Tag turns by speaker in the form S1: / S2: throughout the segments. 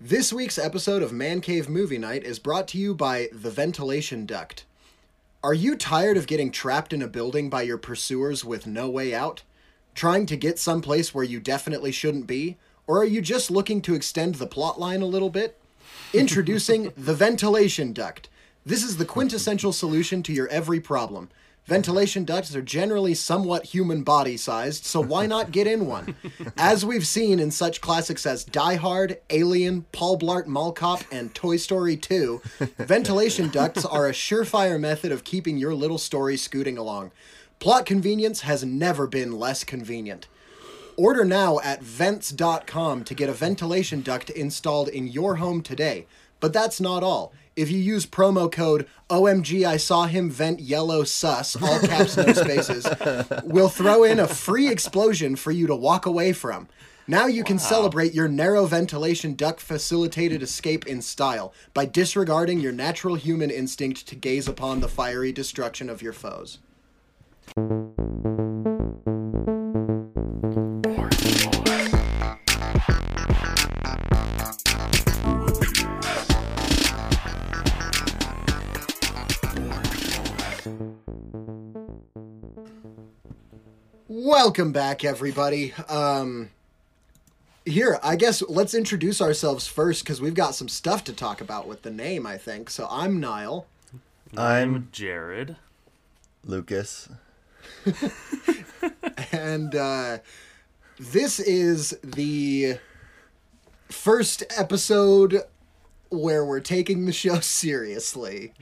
S1: This week's episode of Man Cave Movie Night is brought to you by The Ventilation Duct. Are you tired of getting trapped in a building by your pursuers with no way out? Trying to get someplace where you definitely shouldn't be? Or are you just looking to extend the plotline a little bit? Introducing The Ventilation Duct. This is the quintessential solution to your every problem. Ventilation ducts are generally somewhat human body sized, so why not get in one? As we've seen in such classics as Die Hard, Alien, Paul Blart Mall Cop, and Toy Story 2, ventilation ducts are a surefire method of keeping your little story scooting along. Plot convenience has never been less convenient. Order now at vents.com to get a ventilation duct installed in your home today. But that's not all. If you use promo code OMG I saw him vent yellow sus, all caps no spaces, we'll throw in a free explosion for you to walk away from. Now you can celebrate your narrow ventilation duct facilitated escape in style by disregarding your natural human instinct to gaze upon the fiery destruction of your foes. Welcome back, everybody. Um, here, I guess let's introduce ourselves first because we've got some stuff to talk about with the name, I think. So I'm Niall.
S2: I'm
S3: Jared.
S2: Lucas.
S1: and uh, this is the first episode where we're taking the show seriously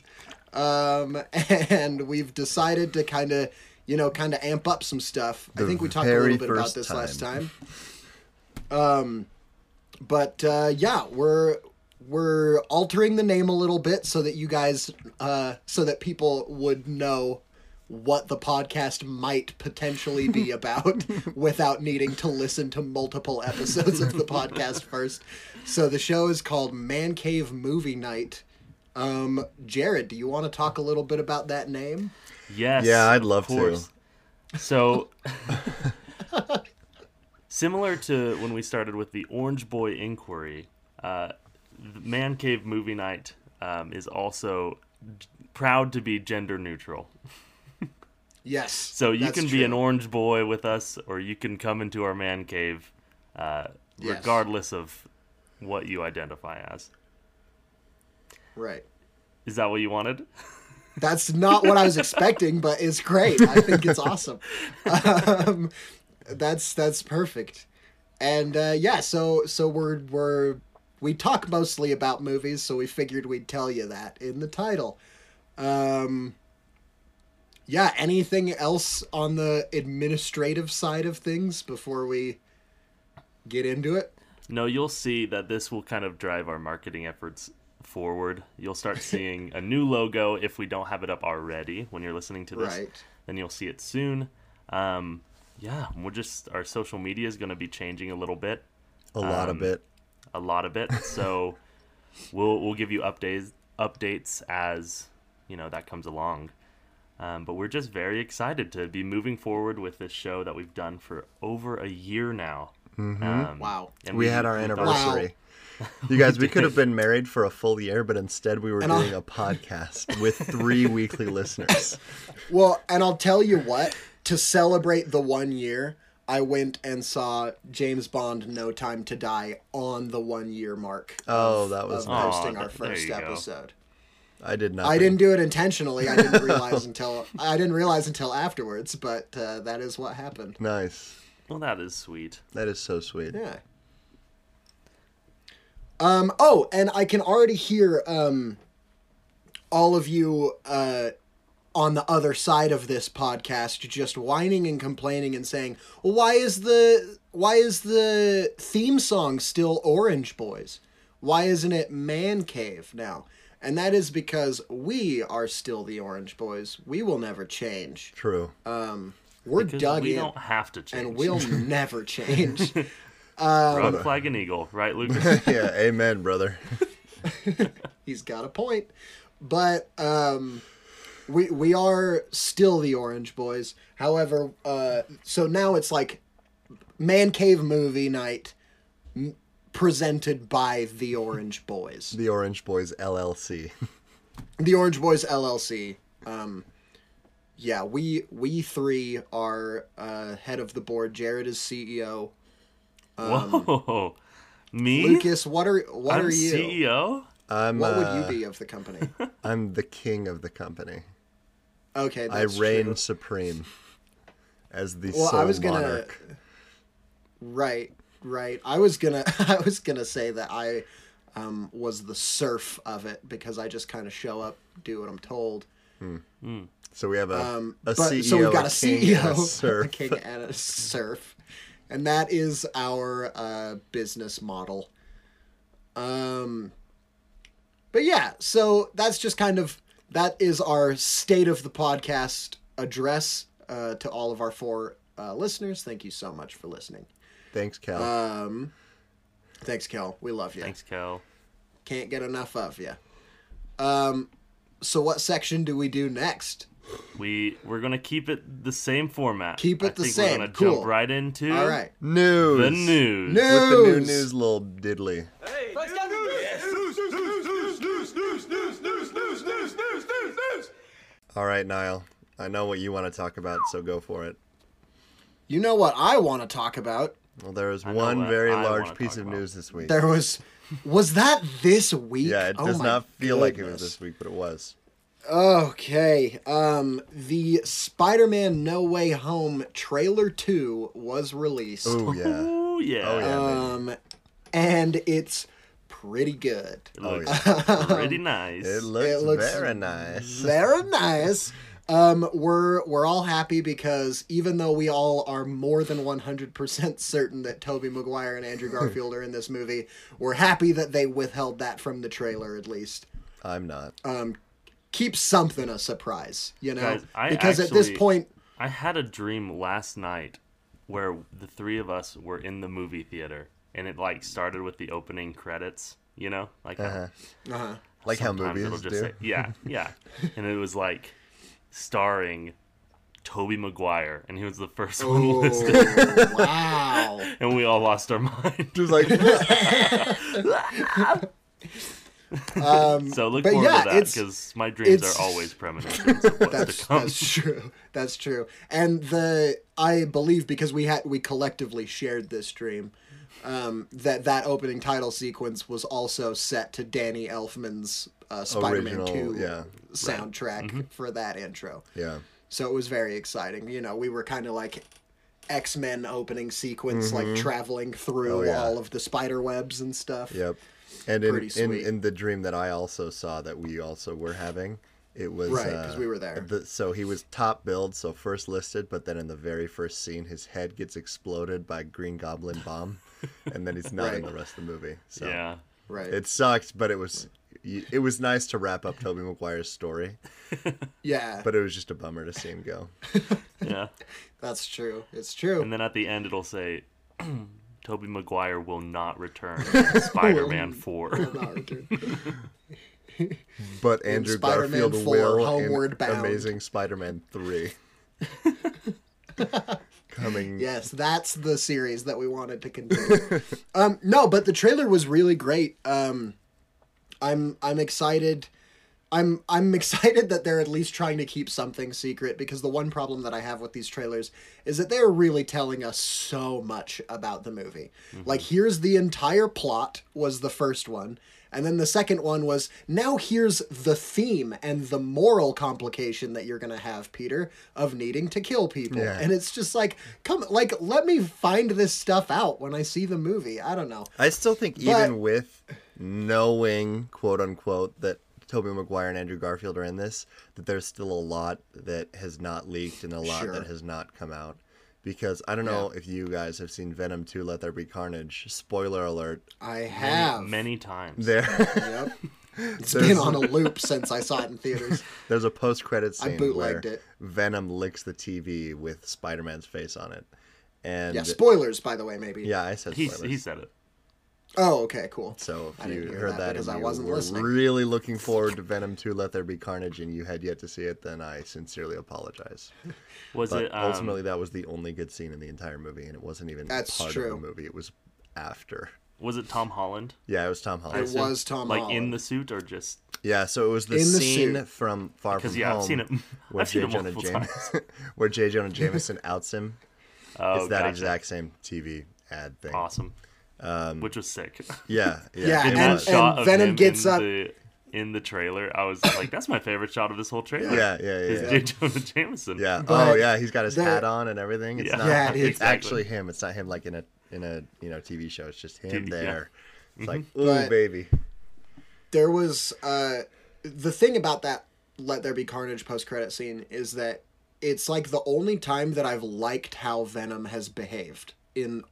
S1: um, and we've decided to kind of you know kind of amp up some stuff i
S2: The
S1: think we talked a
S2: very
S1: little bit about
S2: first
S1: this
S2: time.
S1: last time um, but uh, yeah we're we're altering the name a little bit so that you guys uh, so that people would know what the podcast might potentially be about without needing to listen to multiple episodes of the podcast first. So the show is called Man Cave Movie Night. Um, Jared, do you want to talk a little bit about that name?
S3: Yes.
S2: Yeah, I'd love
S3: of
S2: to.
S3: course. So, similar to when we started with the Orange Boy Inquiry, uh, the Man Cave Movie Night um, is also g- proud to be gender neutral.
S1: Yes.
S3: So you
S1: that's
S3: can be
S1: true.
S3: an orange boy with us, or you can come into our man cave, uh,
S1: Yes.
S3: regardless of what you identify as.
S1: right.
S3: Is that what you wanted?
S1: That's not what I was expecting, but it's great. I think it's awesome. Um, that's that's perfect. And uh, yeah, so so we're we're we talk mostly about movies, so we figured we'd tell you that in the title. Um, yeah, anything else on the administrative side of things before we get into it?
S3: No, you'll see that this will kind of drive our marketing efforts forward. You'll start seeing a new logo if we don't have it up already when you're listening to this.
S1: Right.
S3: Then you'll see it soon. Um, yeah, we're just, our social media is going to be changing a little bit,
S2: A lot
S3: Um,
S2: of it.
S3: a lot of it. So we'll, we'll give you updates, updates as, you know, that comes along. Um, but we're just very excited to be moving forward with this show that we've done for over a year now. Um,
S1: Mm-hmm. Wow.
S3: and
S2: We, had our
S3: thought-
S2: anniversary. You guys, we could have been married for a full year, but instead we were
S1: And I'll-
S2: doing a podcast with three weekly listeners.
S1: Well, and I'll tell you what, to celebrate the one year, I went and saw James Bond No Time to Die on the one year mark.
S2: Oh,
S1: of-
S2: that was
S1: of
S2: nice.
S1: posting
S3: Aw,
S1: our
S3: th- there
S1: first
S3: you go.
S1: episode.
S2: I did not.
S1: I didn't do it intentionally. I didn't realize until I didn't realize until afterwards, but uh, that is what happened.
S2: Nice.
S3: Well, that is sweet.
S2: That is so sweet.
S1: Yeah. Um, oh, and I can already hear um, all of you uh, on the other side of this podcast just whining and complaining and saying, well, "Why is the why is the theme song still Orange Boys? Why isn't it Man Cave now?" And that is because we are still the Orange Boys. We will never change.
S2: True.
S1: Uh, We're
S3: Because
S1: dug
S3: we
S1: in,
S3: don't have to change.
S1: and we'll never change.
S3: Rogue flag and eagle, right, Lucas?
S2: yeah. Amen, brother.
S1: he's got a point. But um, we we are still the Orange Boys. However, uh, so now it's like man cave movie night. M- presented by the Orange Boys.
S2: The Orange Boys LLC.
S1: The Orange Boys LLC. Um, yeah, we we three are uh, head of the board. Jared is E CEO. Um,
S3: Whoa, me?
S1: Lucas, what are what
S3: I'm E
S1: are you?
S3: CEO.
S2: E I'm
S1: What
S2: uh,
S1: would you be of the company?
S2: I'm the king of the company.
S1: Okay,
S2: I
S1: that's
S2: reign
S1: true.
S2: supreme as the
S1: Well,
S2: sole
S1: I was gonna.
S2: monarch.
S1: Right, right. I was gonna. I was gonna say that I um, was the serf of it because I just kind of show up, do what I'm told.
S2: So we have a,
S1: Um,
S2: a
S1: but
S2: CEO,
S1: so we've got a, E
S2: king,
S1: CEO,
S2: and a
S1: a
S2: serf.
S1: king, and a serf, and that is our uh, business model. Um, but yeah, so that's just kind of that is our state of the podcast address uh, to all of our four uh, listeners. Thank you so much for listening.
S2: Thanks, Cal.
S1: Um, thanks, Kel. We love you.
S3: Thanks, Kel.
S1: Can't get enough of you. Um, so what section do we do next?
S3: We we're gonna keep it the same format.
S1: Keep it
S3: I
S1: the
S3: think
S1: same.
S3: We're gonna
S1: Cool.
S3: jump right into
S2: Hmm?
S1: All right.
S2: news.
S3: the
S1: News.
S3: news.
S2: With the new news, little diddly. All right, Niall. I know what you want to talk about, so go for it.
S1: You know what I want to talk about?
S2: Well, there is
S3: know
S2: one
S3: what
S2: very
S3: I
S2: large
S3: wanna
S2: piece
S3: talk
S2: of
S3: about.
S2: news this week.
S1: There was, was that this week?
S2: Yeah, it
S1: Oh
S2: does
S1: my
S2: not feel like it was
S1: goodness.
S2: this week, but it was.
S1: Okay. Um, the Spider-Man No Way Home trailer two was released.
S2: Oh yeah.
S3: Ooh, yeah.
S2: Oh yeah.
S3: Uh,
S2: baby.
S1: Um, and it's pretty good.
S3: It
S2: Oh,
S3: looks
S1: Um,
S3: pretty nice.
S2: It looks,
S1: looks
S2: very nice.
S1: Very nice. Um, we're we're all happy because even though we all are more than one hundred percent certain that Toby Maguire and Andrew Garfield are in this movie, we're happy that they withheld that from the trailer at least.
S2: I'm not.
S3: Uh,
S1: Keep something a surprise, you know?
S3: Guys, I
S1: because at this
S3: actually-
S1: point
S3: I had a dream last night where the three of us were in the movie theater, and it like started with the opening credits. You know, like how
S2: Uh-huh.
S1: uh
S2: like how
S3: sometimes
S2: movies do.
S3: say- yeah, yeah, and it was like starring Toby Maguire, and he was the first one listed,
S1: oh, wow.
S3: and we all lost our mind.
S2: Just like um,
S3: so look
S1: but
S3: forward
S1: yeah,
S3: to that
S1: it's-
S3: because my dreams
S1: it's-
S3: are always premonitions of what's
S1: That's,
S3: to come.
S1: that's true. That's true. And the I believe because we had we collectively shared this dream, um, that that opening title sequence was also set to Danny Elfman's uh, Spider-Man
S2: Original,
S1: Two
S2: yeah. Mm-hmm.
S1: soundtrack for that intro.
S2: yeah.
S1: So it was very exciting. You know, we were kind of like X Men opening sequence, like traveling through
S2: Mm-hmm. Oh, yeah.
S1: all of the spider webs and stuff.
S2: Yep. And in,
S1: Pretty
S2: in
S1: sweet.
S2: in the dream that I also saw that we also were having, it was
S1: Right, 'cause
S2: uh,
S1: we were there.
S2: The, so he was top billed, so first listed, but then in the very first scene, his head gets exploded by Green Goblin bomb, and then he's not in
S1: Right.
S2: the rest of the movie. So
S3: Yeah,
S1: Right.
S2: it sucked, but it was it was nice to wrap up Toby Maguire's story,
S1: yeah,
S2: but it was just a bummer to see him go.
S3: yeah.
S1: that's true. It's true.
S3: And then at the end, it'll say, "Toby Maguire will not return in Spider-Man 4."
S2: But Andrew
S1: Spider-Man
S2: Garfield
S1: 4,
S2: will in
S1: Homeward Bound.
S2: Amazing Spider-Man three coming.
S1: Yes, that's the series that we wanted to continue. um, no, but the trailer was really great. Um, I'm I'm excited. I'm I'm excited that they're at least trying to keep something secret because the one problem that I have with these trailers is that they're really telling us so much about the movie. Like here's the entire plot was the first one, and then the second one was now here's the theme and the moral complication that you're going to have Peter of needing to kill people.
S2: Yeah.
S1: And it's just like come like let me find this stuff out when I see the movie. I don't know.
S2: I still think even
S1: But-
S2: with knowing quote unquote that Toby Maguire and Andrew Garfield are in this, that there's still a lot that has not leaked and a lot
S1: Sure.
S2: that has not come out. Because I don't know if you guys have seen Venom 2 Let There Be Carnage. Spoiler alert.
S1: I have
S3: Many times.
S2: There
S1: Yep. It's
S2: There's-
S1: been on a loop since I saw it in theaters.
S2: there's a post credit
S1: I
S2: scene where
S1: bootlegged it.
S2: Venom licks the TV with Spider Man's face on it. And
S1: Yeah,
S2: yeah,
S1: spoilers, by the way, maybe.
S2: I said
S3: He
S2: spoilers.
S3: he said it.
S1: Oh, okay, cool.
S2: So if
S1: I didn't
S2: you
S1: hear
S2: heard
S1: that
S2: that,
S1: because
S2: and
S1: I
S2: you
S1: wasn't
S2: were
S1: listening.
S2: really looking forward to Venom 2 Let There Be Carnage and you had yet to see it, then I sincerely apologize.
S3: Was
S2: But
S3: it um,
S2: ultimately, that was the only good scene in the entire movie, and it wasn't even
S1: That's
S2: part
S1: true.
S2: of the movie. It was after.
S3: was it Tom Holland?
S2: Yeah, it was Tom
S1: It
S2: Holland.
S3: assume.
S1: was Tom
S3: like in
S1: Holland.
S3: the suit or just
S2: Yeah, so it was the
S1: In the
S2: scene
S1: suit.
S2: from Far From
S3: because yeah,
S2: Home
S3: I've seen it.
S2: where
S3: I've seen
S2: J.
S3: it
S2: Jonah
S3: multiple times.
S2: Jameson where J. Jonah Jameson outs him.
S3: Oh,
S2: it's that
S3: gotcha.
S2: exact Um, same TV ad thing.
S3: awesome. Which was sick.
S2: Yeah, yeah.
S1: Yeah,
S3: And
S2: it
S1: and-
S3: that
S2: was.
S3: shot of
S1: Venom
S3: him
S1: gets
S3: in
S1: up-
S3: The, in the trailer, I was like, "That's my favorite shot of this whole trailer."
S2: yeah, yeah, yeah.
S3: is
S2: yeah.
S3: J. Jonah Jameson.
S2: Yeah.
S1: But
S2: oh yeah, he's got his
S1: the-
S2: hat on and everything. It's
S3: Yeah.
S2: not
S1: Yeah, it
S2: it's
S1: is.
S2: actually him. It's not him like in a in a you know TV show. It's just him
S3: TV, yeah. Mm-hmm.
S2: there. It's like,
S1: But-
S2: ooh baby.
S1: there was uh, the thing about that "Let There Be Carnage" post-credit scene is that it's like the only time that I've liked how Venom has behaved in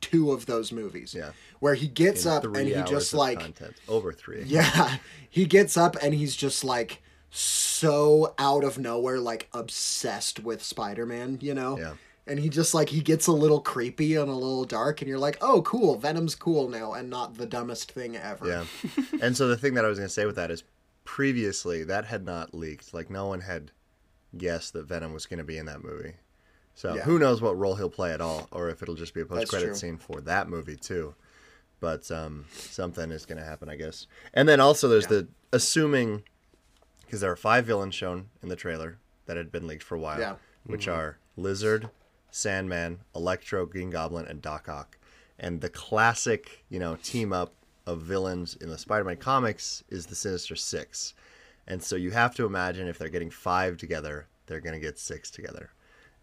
S1: two of those movies.
S2: Yeah.
S1: where he gets
S2: In
S1: up
S2: three
S1: and he
S2: hours
S1: just
S2: of
S1: like
S2: content. over three.
S1: yeah, he gets up and he's just like so out of nowhere, like obsessed with Spider Man, you know?
S2: Yeah.
S1: And he just like he gets a little creepy and a little dark, and you're like, oh, cool, Venom's cool now, and not the dumbest thing ever.
S2: Yeah. and so the thing that I was gonna say with that is previously that had not leaked. Like no one had guessed that Venom was gonna be in that movie. So
S1: Yeah.
S2: who knows what role he'll play at all, or if it'll just be a post
S1: true.
S2: credit scene for that movie too. But um, something is gonna happen, I guess. And then also there's the assuming because there are five villains shown in the trailer that had been leaked for a while,
S1: Yeah.
S2: which are Lizard, Sandman, Electro, Green Goblin, and Doc Ock. And the classic, you know, team up of villains in the Spider-Man comics is the Sinister Six, and so you have to imagine if they're getting five together, they're gonna get six together.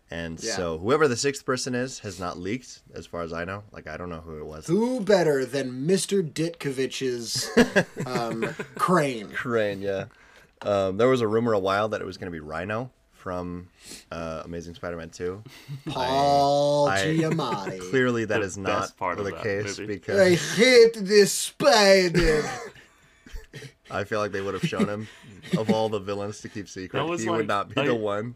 S2: And
S1: Yeah.
S2: so whoever the sixth person is has not leaked, as far as I know. Like I don't know who it was.
S1: Who better than Mr. Ditkovich's um, crane?
S2: Crane, yeah. Um, there was a rumor a while that it was going to be Rhino from uh, Amazing Spider-Man Two.
S1: Paul
S2: I-
S1: Giamatti.
S2: Clearly, that
S3: The
S2: is not
S3: best part of
S2: the
S3: that
S2: case
S1: I
S3: movie.
S2: because
S1: hate this spider.
S2: I feel like they would have shown him of all the villains to keep secret.
S3: That was
S2: He
S3: like-
S2: would not be
S3: I-
S2: the one.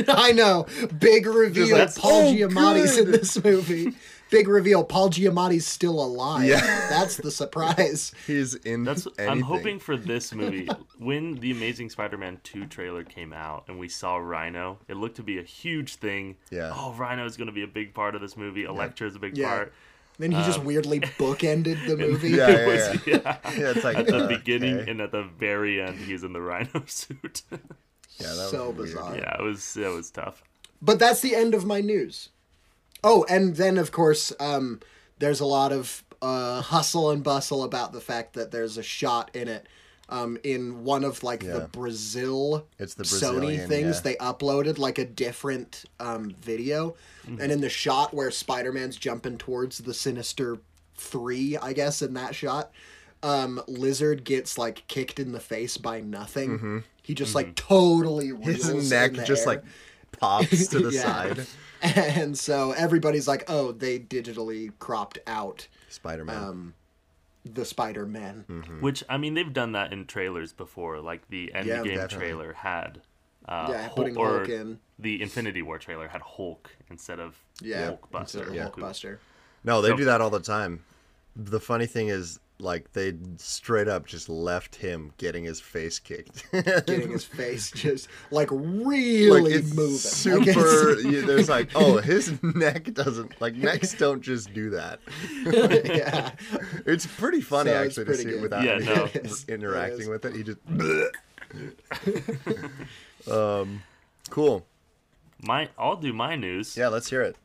S1: I know. Big reveal.
S2: that's-
S1: Paul
S2: oh,
S1: Giamatti's in
S2: good.
S1: this movie. Big reveal. Paul Giamatti's still alive.
S2: Yeah.
S1: That's the surprise.
S2: He's in.
S3: That's
S2: anything.
S3: I'm hoping for this movie. when the Amazing Spider-Man 2 trailer came out and we saw Rhino, it looked to be a huge thing.
S2: Yeah.
S3: Oh, Rhino is going to be a big part of this movie. Elektra is a big
S1: Yeah.
S3: part.
S1: Then he just weirdly bookended the movie.
S2: Uh, Yeah, yeah, yeah.
S3: Was- yeah.
S2: Yeah, it's like
S3: At the
S2: uh,
S3: beginning
S2: okay.
S3: and at the very end, he's in the Rhino suit.
S2: Yeah, that was
S1: so
S2: weird.
S1: bizarre.
S3: yeah, it was it was tough.
S1: But that's the end of my news. Oh, and then, of course, um, there's a lot of uh, hustle and bustle about the fact that there's a shot in it. Um, in one of like the
S2: Yeah.
S1: Brazil
S2: It's the
S1: Sony
S2: Brazilian,
S1: things,
S2: yeah.
S1: they uploaded like a different um, video,
S2: Mm-hmm.
S1: and in the shot where Spider Man's jumping towards the Sinister Three, I guess in that shot, um, Lizard gets like kicked in the face by nothing. He just like totally reels in
S2: Mm-hmm. His neck
S1: the
S2: just
S1: air.
S2: like pops to the
S1: Yeah.
S2: side.
S1: And so everybody's like, oh, they digitally cropped out
S2: Spider-Man.
S1: Um, the Spider Man.
S2: Hmm.
S3: Which I mean, they've done that in trailers before. Like the Endgame
S2: definitely.
S3: trailer had, uh,
S1: Yeah,
S3: Hul-
S1: putting
S3: or
S1: Hulk in.
S3: The Infinity War trailer had Hulk instead of
S1: Yeah,
S3: Hulkbuster.
S1: instead of
S3: Hulk-
S1: Hulkbuster.
S2: No, they do that all the time. The funny thing is, like, they straight up just left him getting his face kicked.
S1: Getting his face just like
S2: like,
S1: really
S2: it's
S1: moving. Like, it's-
S2: super. you, there's like, oh, his neck doesn't. Like, necks don't just do that.
S1: yeah.
S2: It's pretty funny,
S1: So it's
S2: actually,
S1: pretty
S2: to see
S1: good.
S2: it without
S3: Yeah,
S2: any-
S3: no.
S1: It is. It is.
S2: interacting with it. He just. um, cool.
S3: My, I'll do my news.
S2: Yeah, let's hear it.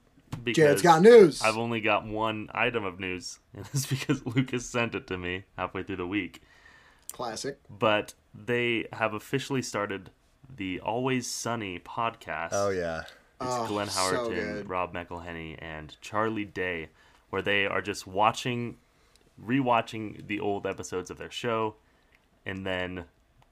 S3: because
S1: Jared's got news.
S3: I've only got one item of news, and it's because Lucas sent it to me halfway through the week.
S1: Classic.
S3: But they have officially started the Always Sunny podcast.
S2: Oh yeah.
S3: It's
S1: Oh,
S3: Glenn
S1: so
S3: Howerton,
S1: good.
S3: Rob McElhenney, and Charlie Day, where they are just watching, rewatching the old episodes of their show, and then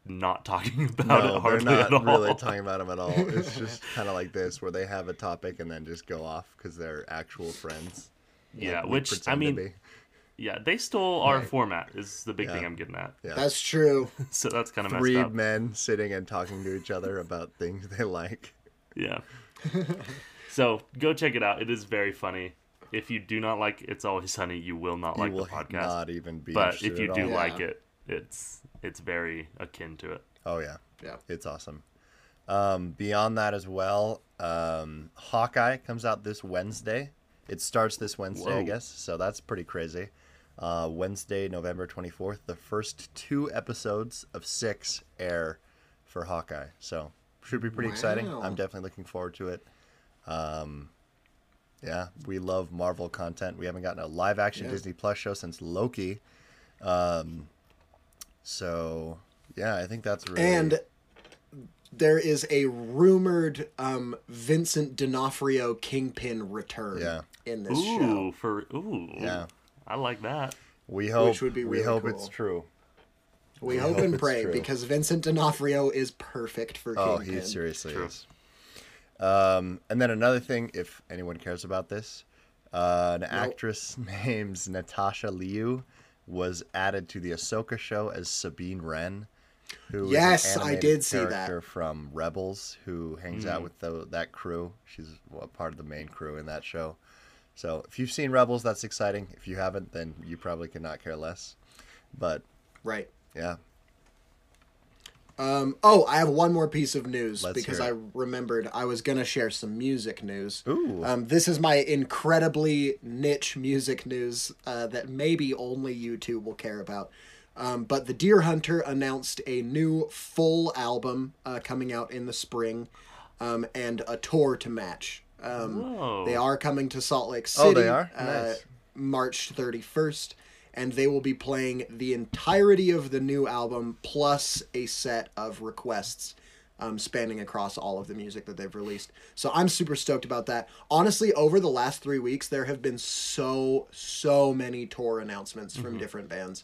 S3: not talking about
S2: No,
S3: it
S2: they're
S3: Oh, hardly
S2: not
S3: at all.
S2: really talking about him at all. It's just kind of like this, where they have a topic and then just go off because they're actual friends.
S3: yeah,
S2: Like, we
S3: which
S2: pretend
S3: I
S2: to
S3: mean,
S2: be.
S3: yeah, they stole our format. Is the big thing
S2: Yeah.
S3: I'm getting at.
S2: Yeah.
S1: That's true.
S3: So that's kind of
S2: three
S3: messed up.
S2: men sitting and talking to each other about things they like.
S3: Yeah. so go check it out. It is very funny. If you do not like It's Always Sunny, you will not like
S2: you will
S3: the podcast.
S2: not even be.
S3: but
S2: interested
S3: if you
S2: at
S3: do
S2: all.
S3: like
S1: Yeah.
S3: it, it's it's very akin to it.
S2: oh yeah,
S1: Yeah.
S2: it's awesome. Um, beyond that as well, um, Hawkeye comes out this Wednesday. It starts this Wednesday, I
S3: Whoa.
S2: guess. So that's pretty crazy. Uh, Wednesday, November 24th, the first two episodes of six air for Hawkeye. So should be pretty exciting.
S1: Wow.
S2: I'm definitely looking forward to it. Um, yeah, we love Marvel content. We haven't gotten a live action
S1: Yeah.
S2: Disney Plus show since Loki. Um, so yeah, I think that's really
S1: And there is a rumored um, Vincent D'Onofrio Kingpin return
S2: Yeah.
S1: in this
S3: Ooh,
S1: show.
S3: for ooh,
S2: Yeah.
S3: I like that.
S2: we hope
S1: would be
S2: we
S1: really
S2: hope
S1: cool.
S2: it's true.
S1: We
S2: I
S1: hope
S2: hope
S1: and
S2: it's
S1: pray
S2: true.
S1: because Vincent D'Onofrio is perfect for
S2: Oh,
S1: Kingpin.
S2: he seriously
S3: True.
S2: is. Um, and then another thing, if anyone cares about this, uh, an actress named Natasha Liu was added to the Ahsoka show as Sabine Wren. Who is an
S1: Yes, I
S2: animated
S1: did see that. Hmm.
S2: character From Rebels, who hangs out with the, that crew. She's a part of the main crew in that show. So if you've seen Rebels, that's exciting. If you haven't, then you probably could not care less. But
S1: Right.
S2: yeah,
S1: Um, oh, I have one more piece of news
S2: Let's
S1: because
S2: hear
S1: I
S2: it.
S1: remembered I was going to share some music news.
S2: Ooh.
S1: Um, this is my incredibly niche music news uh, that maybe only you two will care about. Um, but The Deer Hunter announced a new full album uh, coming out in the spring um, and a tour to match. Um,
S3: Whoa.
S1: they are coming to Salt Lake City. uh,
S2: Oh, they are? Nice.
S1: March 31st, and they will be playing the entirety of the new album plus a set of requests um, spanning across all of the music that they've released. So I'm super stoked about that. Honestly, over the last three weeks, there have been so, so many tour announcements
S2: Mm-hmm.
S1: from different bands.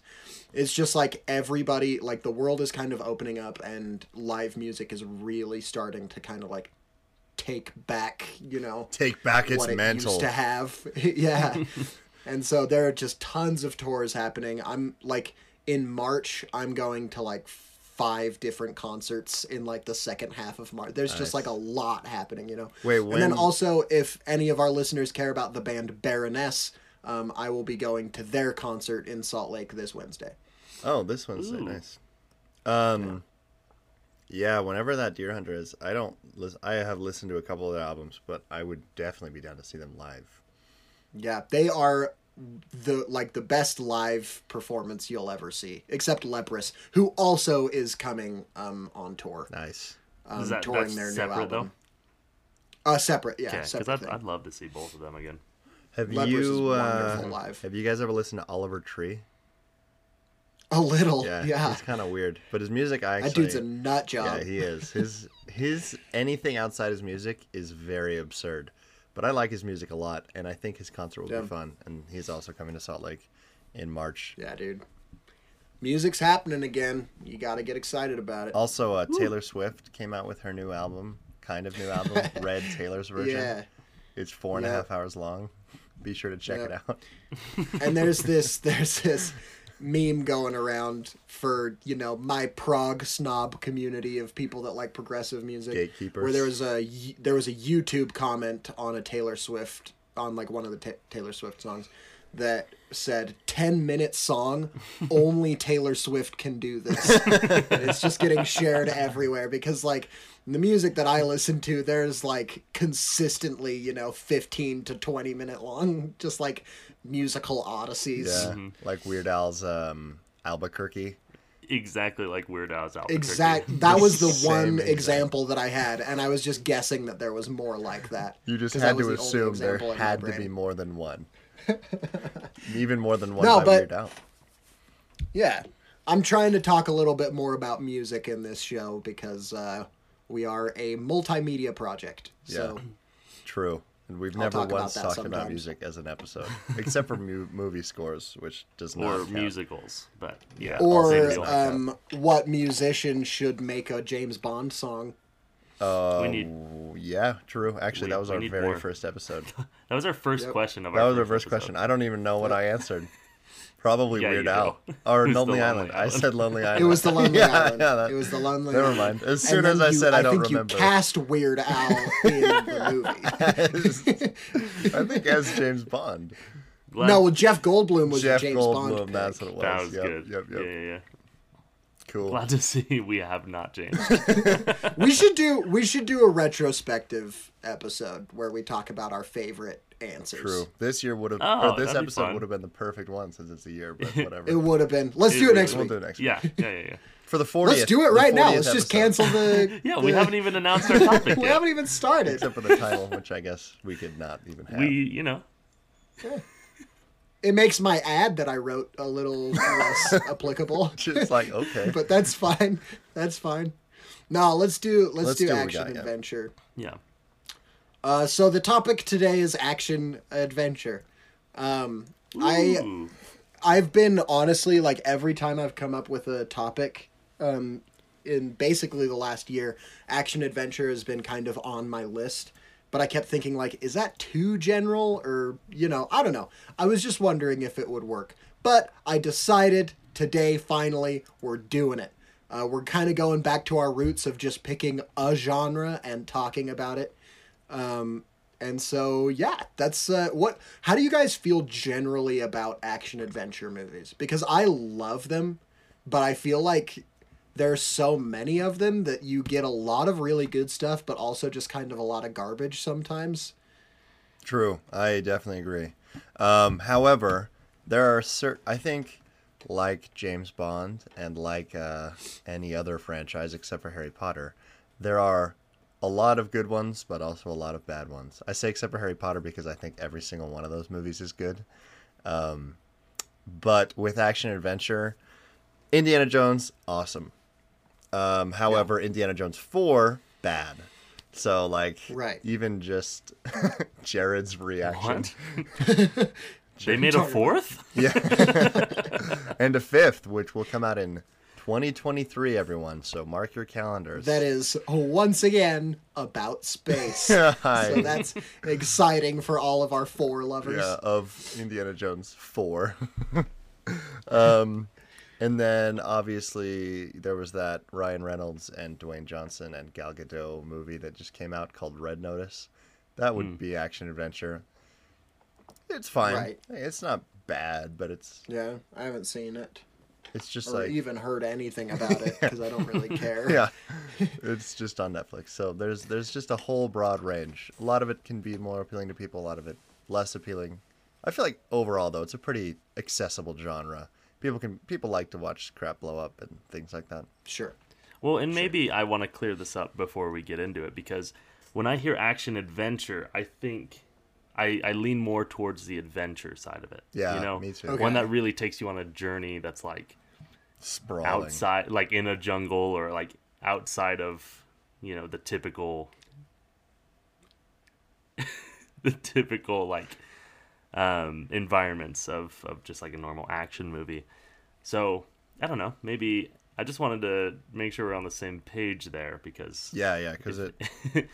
S1: It's just like everybody, like the world is kind of opening up, and live music is really starting to kind of like take back, you know
S2: take back its
S1: what it
S2: mantle.
S1: used to have. yeah. and so there are just tons of tours happening. I'm like in March, I'm going to like five different concerts in like the second half of March. There's just like a lot happening, you know.
S2: Wait,
S1: And
S2: when-
S1: then also, if any of our listeners care about the band Baroness, um, I will be going to their concert in Salt Lake this Wednesday.
S2: Oh, this one's so
S3: Ooh.
S2: nice. Um, yeah. whenever that Deer Hunter is, I don't. Lis- I have listened to a couple of their albums, but I would definitely be down to see them live.
S1: Yeah, they are the like the best live performance you'll ever see, except Leprous, who also is coming um, on tour.
S2: Nice.
S1: um,
S3: Is that
S1: touring
S3: that's
S1: their
S3: separate
S1: new album. Uh, separate, yeah,
S3: though? Yeah, because
S1: separate
S3: I'd,
S1: thing.
S3: I'd love to see both of them again.
S2: Have
S1: Leprous is
S2: you uh,
S1: wonderful live.
S2: have you guys ever listened to Oliver Tree?
S1: A little,
S2: Yeah,
S1: yeah.
S2: He's kind of weird, but his music I
S1: That
S2: actually
S1: dude's a nut job.
S2: yeah he is his his anything outside his music is very absurd, but I like his music a lot, and I think his concert will
S1: Yeah.
S2: be fun. And he's also coming to Salt Lake in March.
S1: yeah, dude. Music's happening again. You got to get excited about it.
S2: Also, uh, Taylor Swift came out with her new album, kind of new album, Red Taylor's version.
S1: Yeah.
S2: It's four and a
S1: Yeah.
S2: half hours long. Be sure to check it
S1: Yeah.
S2: out.
S1: and there's this there's this meme going around for you know my prog snob community of people that like progressive music
S2: Gatekeepers.
S1: where there was a y- there was a youtube comment on a taylor swift on like one of the ta taylor swift songs that said 10 minute song only taylor swift can do this and it's just getting shared everywhere because like the music that i listen to there's like consistently you know 15 to 20 minute long just like musical odysseys
S2: Yeah,
S3: Mm-hmm.
S2: like Weird Al's um, Albuquerque.
S3: Exactly like Weird Al's album.
S1: exact that was the
S2: Same
S1: one
S2: exact.
S1: example that i had and i was just guessing that there was more like that
S2: You just
S1: 'Cause that
S2: had
S1: was
S2: to
S1: the only
S2: assume there
S1: example in my
S2: had to
S1: brain.
S2: be more than one. Even more than one
S1: No,
S2: by
S1: but-
S2: Weird Al.
S1: Yeah. I'm trying to talk a little bit more about music in this show because uh, we are a multimedia project. So,
S2: True. And we've never
S1: talk about
S2: once
S1: that
S2: talked about
S1: sometime.
S2: music as an episode, except for mu- movie scores, which does not.
S3: Or
S2: count.
S3: musicals, but yeah. same
S1: or
S3: deal.
S1: um, what musician should make a James Bond song?
S2: Uh,
S3: we need.
S2: yeah, true. Actually,
S3: We-
S2: that was
S3: we
S2: our
S3: need
S2: very
S3: more.
S2: first episode.
S3: That was our first
S1: Yep.
S3: question of
S2: That
S3: our.
S2: was our first
S3: episode.
S2: question. I don't even know what I answered. Probably
S3: Yeah,
S2: Weird
S3: you
S2: Al
S3: do.
S2: or
S3: It was the
S2: Lonely
S3: Lonely
S2: Island. I
S3: Island.
S2: said Lonely Island.
S1: It was the Lonely
S2: yeah,
S1: Island.
S2: Yeah, that,
S1: it was the Lonely
S2: never
S1: Island.
S2: mind. As
S1: And
S2: soon
S1: then
S2: as I
S1: you-
S2: said I don't
S1: think
S2: remember.
S1: you cast Weird Al in the movie.
S2: I think as James Bond.
S3: Glad
S1: no, well, Jeff Goldblum was
S2: Jeff
S1: James
S2: Goldblum.
S1: Bond.
S2: That's
S1: pick.
S2: what it was.
S3: that was
S2: Yep,
S3: good.
S2: Yep, yep.
S3: Yeah, yeah, yeah.
S2: Cool.
S3: Glad to see we have not changed.
S1: we should do we should do a retrospective episode where we talk about our favorite answers.
S2: True. This year would have,
S3: Oh,
S2: or this
S3: that'd be
S2: episode
S3: fun.
S2: would have been the perfect one since it's a year, but whatever.
S1: It would have been. Let's
S3: It
S1: do it
S3: really
S1: next
S2: we'll
S1: week.
S2: do it next
S3: yeah,
S2: week.
S3: yeah, yeah, yeah.
S2: For the 40th.
S1: Let's do
S2: the
S1: it right now.
S2: 40th
S1: Let's just
S2: episode.
S1: cancel the.
S3: Yeah, we
S1: the-
S3: haven't even announced our topic
S1: We
S3: yet.
S1: haven't even started.
S2: Except for the title, which I guess we could not even have.
S3: We, you know,
S1: It makes my ad that I wrote a little less applicable,
S2: Just like, okay.
S1: but that's fine. That's fine. No, let's do let's,
S2: Let's
S1: do,
S2: do what we
S1: action
S2: got, yeah.
S1: adventure.
S3: yeah.
S1: Uh, so the topic today is action adventure. Um, I
S3: Ooh.
S1: I've been honestly like every time I've come up with a topic, um, in basically the last year, action adventure has been kind of on my list. But I kept thinking like, is that too general or you know I don't know. I was just wondering if it would work. But I decided today finally we're doing it. Uh, we're kind of going back to our roots of just picking a genre and talking about it. And so, yeah, that's uh, what. How do you guys feel generally about action adventure movies? Because I love them, but I feel like there's so many of them that you get a lot of really good stuff, but also just kind of a lot of garbage sometimes.
S2: True. I definitely agree. Um, however, there are certain. I think, like James Bond and like uh, any other franchise except for Harry Potter, there are a lot of good ones, but also a lot of bad ones. I say except for Harry Potter because I think every single one of those movies is good. Um, but with action adventure, Indiana Jones, awesome. Um, however, Indiana Jones 4, bad. So, like,
S1: Right.
S2: even just Jared's reaction.
S3: What? they made a fourth?
S2: And a fifth, which will come out in 2023, everyone. So, mark your calendars.
S1: That is once again about space. so
S2: Hi.
S1: that's exciting for all of our four lovers.
S2: yeah, uh, of Indiana Jones 4. um, and then, obviously, there was that Ryan Reynolds and Dwayne Johnson and Gal Gadot movie that just came out called Red Notice. That would be action adventure. It's fine.
S1: Right.
S2: It's not bad, but it's
S1: Yeah, I haven't seen it
S2: it's just
S1: or
S2: like
S1: even heard anything about it because I don't really care.
S2: yeah it's just on netflix so there's there's just a whole broad range a lot of it can be more appealing to people a lot of it less appealing i feel like overall though it's a pretty accessible genre people can people like to watch crap blow up and things like that
S1: Sure.
S3: Well, and maybe I want to clear this up before we get into it because when I hear action adventure, I think I, I lean more towards the adventure side of it.
S2: Yeah,
S3: you know,
S2: me too.
S1: Okay.
S3: one that really takes you on a journey that's like
S2: sprawling
S3: outside, like in a jungle or like outside of you know the typical, the typical like um, environments of of just like a normal action movie. So I don't know. Maybe I just wanted to make sure we're on the same page there because
S2: yeah yeah because it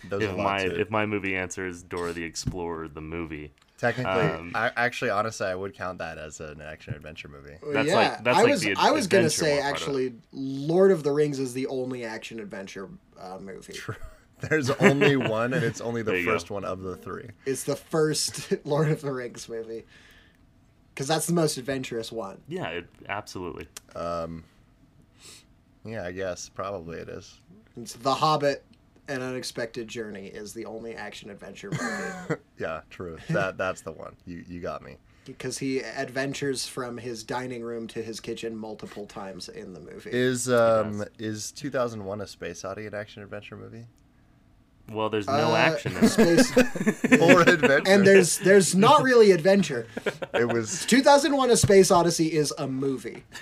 S2: those are
S3: if
S2: a lot
S3: my
S2: to it.
S3: if my movie answer is Dora the Explorer, the movie,
S2: technically
S3: um,
S2: I, actually honestly i would count that as an action adventure movie
S3: That's like- that's
S1: I
S3: like
S1: was
S3: the
S1: I was gonna
S3: adventure
S1: say
S3: one part of
S1: actually, Lord of the Rings is the only action adventure uh, movie.
S2: there's only one and it's only
S3: There
S2: the
S3: you go.
S2: first one of the three
S1: It's the first Lord of the Rings movie because that's the most adventurous one.
S3: yeah, it, absolutely.
S2: yeah i guess probably it is
S1: It's The Hobbit: An Unexpected Journey is the only action adventure movie
S2: yeah true that that's the one you you got me
S1: because he adventures from his dining room to his kitchen multiple times in the movie.
S2: Is um is 2001 a space oddity an action adventure movie
S3: Well, there's no
S1: Uh,
S3: action in it.
S1: space,
S2: or adventure?
S1: and there's there's not really adventure.
S2: it was
S1: 2001: A Space Odyssey is a movie.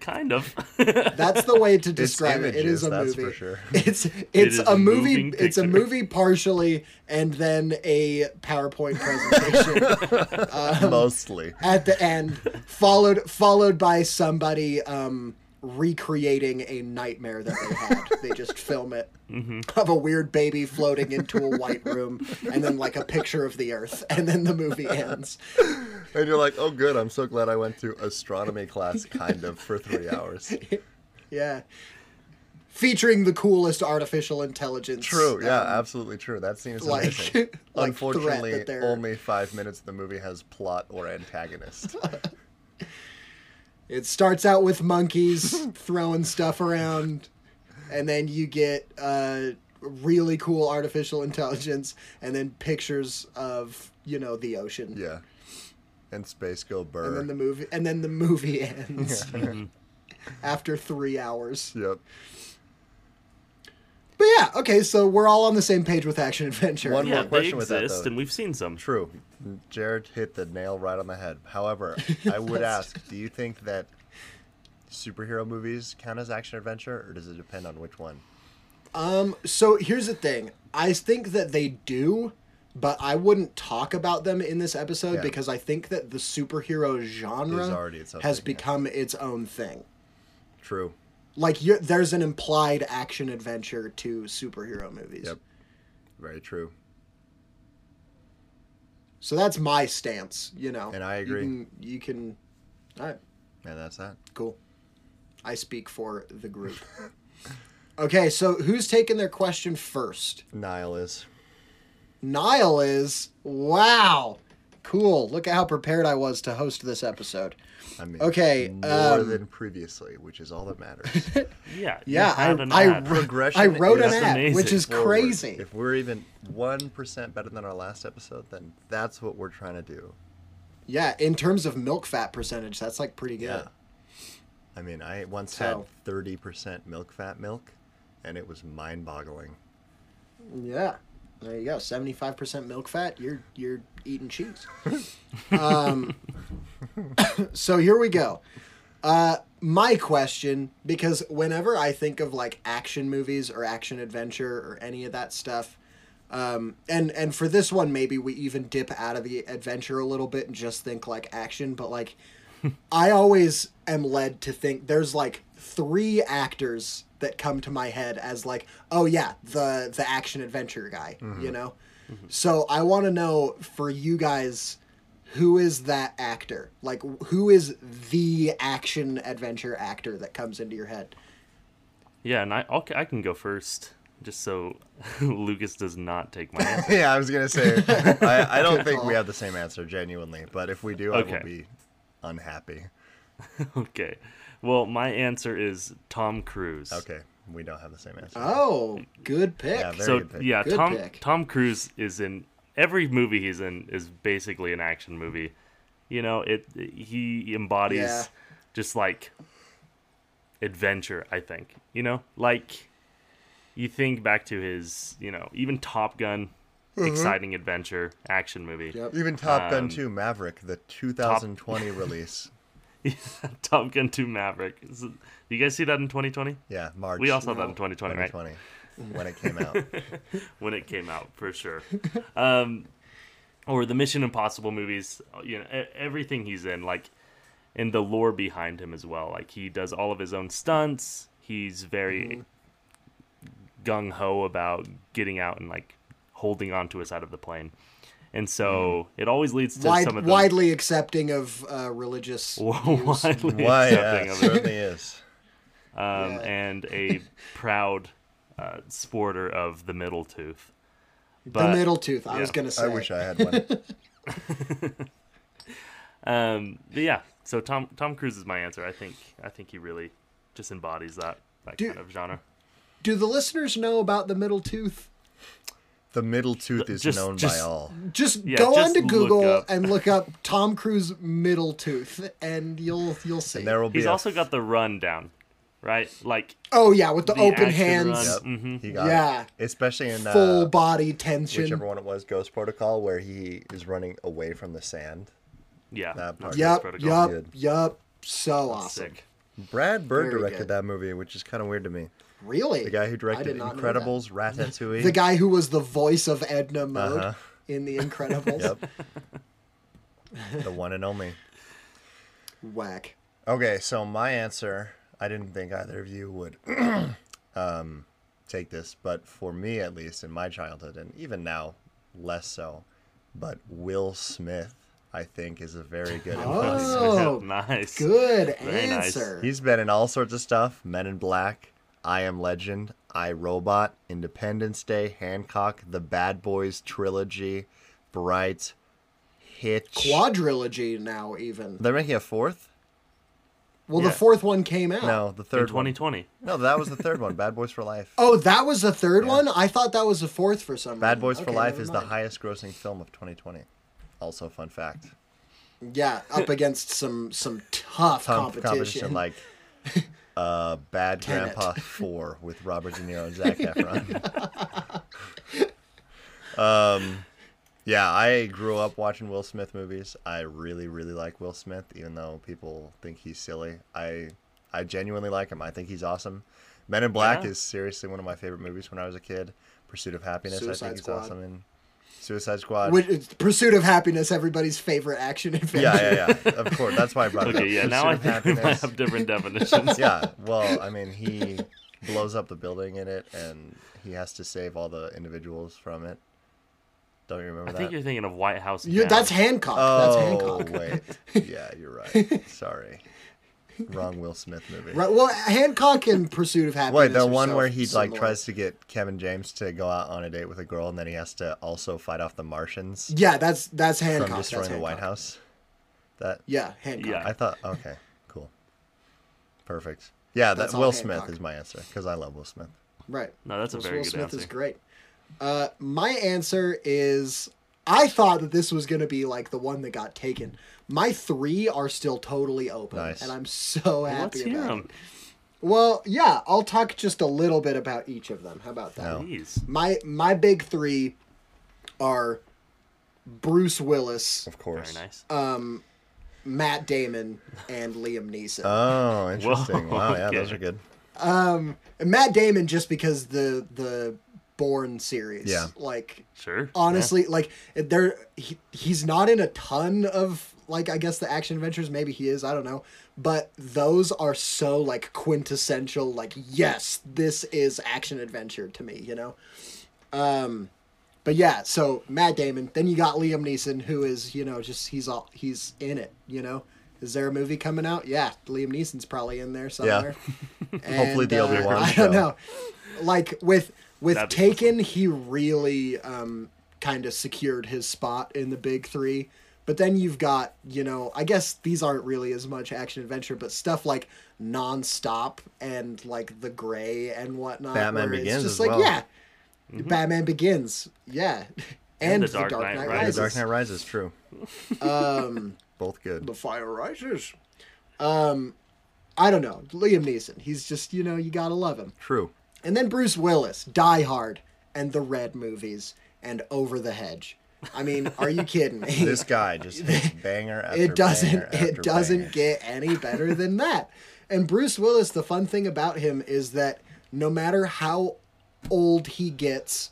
S3: kind of.
S1: That's the way to describe it. It
S2: images,
S1: is a
S2: that's
S1: movie.
S2: for sure.
S1: It's it's
S3: is
S1: a movie.
S3: moving
S1: It's a
S3: picture.
S1: movie partially, and then a PowerPoint presentation Um,
S2: mostly
S1: at the end, followed followed by somebody um, recreating a nightmare that they had. they just film it
S2: Mm-hmm.
S1: of a weird baby floating into a white room, and then like a picture of the Earth, and then the movie ends.
S2: and you're like oh good i'm so glad i went to astronomy class kind of for three hours
S1: Yeah. Featuring the coolest artificial intelligence.
S2: true yeah
S1: um,
S2: absolutely true that scene is
S1: like-
S2: amazing
S1: like threat
S2: unfortunately
S1: that they're-
S2: only five minutes of the movie has plot or antagonist
S1: It starts out with monkeys throwing stuff around, and then you get uh, really cool artificial intelligence, and then pictures of you know the ocean.
S2: Yeah. And Space Go
S1: And
S2: Burr.
S1: then the movie, and then the movie ends
S2: Mm-hmm.
S1: after three hours.
S2: yep.
S1: But yeah, okay, so we're all on the same page with action adventure.
S2: One-
S3: yeah,
S2: more
S3: they
S2: question with that,
S3: exist,
S2: though.
S3: and we've seen some.
S2: True. Jared hit the nail right on the head. However, I would ask, do you think that superhero movies count as action adventure or does it depend on which one?
S1: So here's the thing. I think that they do, but I wouldn't talk about them in this episode
S2: Yeah.
S1: because I think that the superhero genre
S2: Is already its own
S1: has
S2: thing, yeah.
S1: become its own thing.
S2: True.
S1: Like you're, there's an implied action adventure to superhero movies.
S2: Yep. Very true.
S1: So that's my stance, you know.
S2: And I
S1: You
S2: agree.
S1: can, you can All right.
S2: And that's that.
S1: Cool. I speak for the group. okay, so who's taking their question first?
S2: Nile is.
S1: Niall is. Wow. Cool. Look at how prepared I was to host this episode.
S2: I mean,
S1: Okay,
S2: more
S1: um,
S2: than previously, which is all that matters.
S3: Yeah, you
S1: Yeah,
S3: found an
S1: I, I,
S3: ad.
S1: wrote-
S2: Progression
S1: I wrote an
S2: is
S1: ad,
S3: amazing.
S1: which is
S2: Forward.
S1: crazy.
S2: If we're even one percent better than our last episode, then that's what we're trying to do.
S1: Yeah, in terms of milk fat percentage, that's like pretty good.
S2: I mean, I once
S1: So-
S2: had thirty percent milk fat milk, and it was mind-boggling.
S1: Yeah. There you go. Seventy five percent milk fat, you're you're eating cheese. um, so here we go. Uh, my question, because whenever I think of like action movies or action adventure or any of that stuff, um, and and for this one maybe we even dip out of the adventure a little bit and just think like action, but like I always am led to think there's like three actors that come to my head as like, oh yeah, the the action adventure guy, you know. So I want to know for you guys, who is that actor? Like, who is the action adventure actor that comes into your head?
S3: Yeah, and I I'll, I can go first, just so Lucas does not take my answer.
S2: yeah, I was gonna say, I, I don't think we have the same answer genuinely, but if we do, I
S3: Okay.
S2: will be unhappy.
S3: okay, well, my answer is Tom Cruise.
S2: Okay, we don't have the same answer.
S1: Oh, good pick.
S2: Yeah, very
S3: So
S2: good pick.
S3: yeah,
S1: Good
S3: Tom
S1: pick.
S3: Tom Cruise is in every movie he's in is basically an action movie. You know, it he embodies
S1: Yeah.
S3: just like adventure, I think. You know, like you think back to his, you know, even Top Gun,
S1: Mm-hmm.
S3: exciting adventure action movie.
S1: Yep.
S2: Even Top Gun
S3: Um,
S2: 2 Maverick, the 2020 release.
S3: Top Gun 2 Maverick. Is it- Do you guys see that in 2020?
S2: Yeah, March.
S3: We all saw that in 2020, right?
S2: 2020 when it came out.
S3: when it came out for sure. Um, or the Mission Impossible movies, you know, e- everything he's in, like, and the lore behind him as well. Like he does all of his own stunts. He's very
S2: Mm-hmm.
S3: gung ho about getting out and like holding onto his side of the plane, and so
S2: Mm-hmm.
S3: it always leads to
S1: Wide,
S3: some of the
S1: widely accepting of uh, religious.
S3: widely
S2: Why? Yeah,
S3: accepting of
S2: it
S3: it,
S2: certainly is.
S3: um,
S1: Yeah.
S3: and a proud uh, sporter of the middle tooth.
S1: the
S3: But-
S1: middle tooth. I was
S3: yeah.
S1: gonna say.
S2: I wish I had one.
S3: Um, but yeah, so Tom Tom Cruise is my answer. I think I think he really just embodies that that
S1: Do-
S3: kind of genre.
S1: Do the listeners know about the middle tooth?
S2: The middle tooth is
S3: Just-
S2: known
S3: just-
S2: by all.
S1: Just
S3: Yeah,
S1: go
S3: just
S1: on to
S3: look
S1: Google
S3: up.
S1: and look up Tom Cruise middle tooth, and you'll you'll see.
S2: And there will be.
S3: He's
S2: a-
S3: also got the run down, right? Like
S1: Oh yeah, with the,
S3: The
S1: open
S3: action
S1: hands,
S2: Yep,
S3: run. Mhm.
S2: He got
S1: Yeah.
S2: it. Especially in uh,
S1: full body tension.
S2: whichever one it was, Ghost Protocol, where he is running away from the sand.
S3: yeah,
S2: That
S3: that's
S2: part.
S3: his
S1: Yep,
S3: protocol.
S1: yep,
S2: Good.
S1: yep. So awesome.
S3: Sick.
S2: Brad Bird
S1: Very
S2: directed
S1: good.
S2: that movie, which is kind of weird to me.
S1: Really?
S2: The guy
S1: I
S2: who
S1: did
S2: directed
S1: not know that.
S2: Incredibles, Ratatouille.
S1: The guy who was the voice of Edna Mode
S2: Uh-huh.
S1: in The Incredibles.
S2: Yep. the one and only.
S1: Whack.
S2: Okay, so my answer, I didn't think either of you would um, take this, but for me at least in my childhood and even now, less so, but Will Smith, I think, is a very good influence.
S1: Oh,
S3: nice.
S1: Good
S3: Very nice.
S1: answer.
S2: He's been in all sorts of stuff Men in Black, I Am Legend, I Robot, Independence Day, Hancock, The Bad Boys Trilogy, Bright, Hitch.
S1: Quadrilogy now even.
S2: They're making a fourth?
S1: Well,
S3: Yeah.
S1: the fourth one came out.
S2: No, the
S3: in
S2: third one.
S3: 2020.
S2: No, that was the third one. Bad Boys for Life.
S1: Oh, that was the third one. I thought that was the fourth for some reason.
S2: Bad Boys for
S1: Okay,
S2: Life
S1: never
S2: is the
S1: mind.
S2: highest-grossing film of 2020. Also, fun fact.
S1: Yeah, up against some some tough
S2: Tom
S1: competition.
S2: competition like uh, Bad
S1: Tenet.
S2: Grandpa Four with Robert De Niro and Zach Efron. um, yeah, I grew up watching Will Smith movies. I really, really like Will Smith, even though people think he's silly. I I genuinely like him. I think he's awesome. Men in Black
S3: Yeah.
S2: is seriously one of my favorite movies when I was a kid. Pursuit of Happiness, I
S1: Suicide
S2: think he's
S1: Squad.
S2: awesome in Suicide Squad.
S1: Which is Pursuit of Happiness, everybody's favorite action adventure.
S2: yeah, yeah, yeah. Of course, that's why I brought it up.
S3: Okay, yeah. Now I
S2: Pursuit of
S3: think we might
S2: Happiness.
S3: have different definitions.
S2: yeah. Well, I mean, he blows up the building in it, and he has to save all the individuals from it. Don't you remember
S3: I
S2: that?
S3: think you're thinking of White House.
S1: You-
S3: Down.
S1: that's Hancock. That's
S2: oh,
S1: Hancock.
S2: wait. Yeah, you're right. Sorry. Wrong Will Smith movie.
S1: Right, well, Hancock and Pursuit of Happiness.
S2: Wait, the
S1: are
S2: one
S1: so
S2: where he like
S1: similar.
S2: tries to get Kevin James to go out on a date with a girl, and then he has to also fight off the Martians
S1: Yeah, that's that's Hancock.
S2: from
S1: that's
S2: destroying the White
S1: Hancock.
S2: House. That
S1: Yeah, Hancock.
S3: Yeah.
S2: I thought, okay, cool, perfect. Yeah,
S1: That's
S2: that
S1: all
S2: Will
S1: Hancock.
S2: Smith is my answer because I love Will Smith.
S1: Right.
S3: No, that's a
S1: Will
S3: very
S1: Will
S3: good
S1: Smith is
S3: answer.
S1: great. Uh, my answer is I thought that this was going to be like the one that got taken. My three are still totally open,
S2: Nice.
S1: and I'm so happy
S3: Let's
S1: about
S3: hear
S1: it.
S3: them.
S1: Well, yeah, I'll talk just a little bit about each of them. How about that?
S2: No.
S3: Please.
S1: My my big three are Bruce Willis,
S2: Of course.
S3: Very nice.
S1: Uh, Matt Damon, and Liam Neeson.
S2: Oh, interesting.
S3: Whoa,
S2: wow, yeah,
S3: okay.
S2: those are good.
S1: And Matt Damon just because the the Born series.
S2: Yeah.
S1: Like
S3: sure.
S1: honestly, like there he, he's not in a ton of like I guess the action adventures maybe he is, I don't know, but those are so like quintessential like yes, this is action adventure to me, you know. Um, But yeah, so Matt Damon. Then you got Liam Neeson, who is you know just he's all he's in it. You know, is there a movie coming out? Yeah, Liam Neeson's probably in there somewhere. uh,
S2: Hopefully the Obi-Wan
S1: I
S2: show.
S1: don't know. Like with with
S3: That'd be
S1: Taken, he really um, kind of secured his spot in the big three. But then you've got you know I guess these aren't really as much action adventure, but stuff like Nonstop and like The Gray and whatnot.
S2: Batman
S1: where
S2: Begins
S1: It's
S2: as
S1: just like
S2: well.
S1: yeah. Batman Begins, yeah, Mm-hmm. and, the, Dark Knight,
S2: Yeah,
S1: Rises.
S2: the Dark Knight Rises, true. Um,
S1: Um,
S2: Both good.
S1: The Fire Rises. Um, I don't know, Liam Neeson. He's just you know you gotta love him.
S2: True.
S1: And then Bruce Willis, Die Hard, and the Red movies, and Over the Hedge. I mean, are you kidding me?
S2: This guy just hits banger after
S1: it doesn't
S2: banger after
S1: it doesn't
S2: banger.
S1: get any better than that and bruce willis the fun thing about him is that no matter how old he gets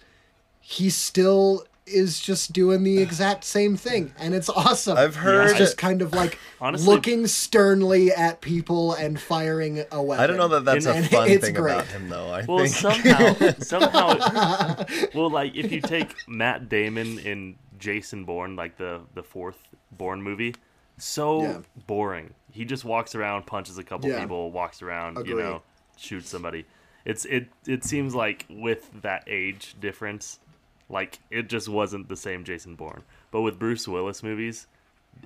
S1: he still is just doing the exact same thing and it's awesome
S2: I've heard-
S1: it's just kind of like
S3: Honestly-
S1: looking sternly at people and firing a weapon
S2: I don't know that that's a
S1: And
S2: fun
S1: it's
S2: thing
S1: great.
S2: about him, though. I
S3: Well,
S2: think
S3: somehow, somehow, well, like if you take Matt Damon in Jason Bourne, like the the fourth Bourne movie, so
S1: Yeah.
S3: boring. He just walks around, punches a couple
S1: Yeah.
S3: people, walks around, you
S1: Agree.
S3: know, shoots somebody. It's it it seems like with that age difference, like it just wasn't the same Jason Bourne. But with Bruce Willis movies,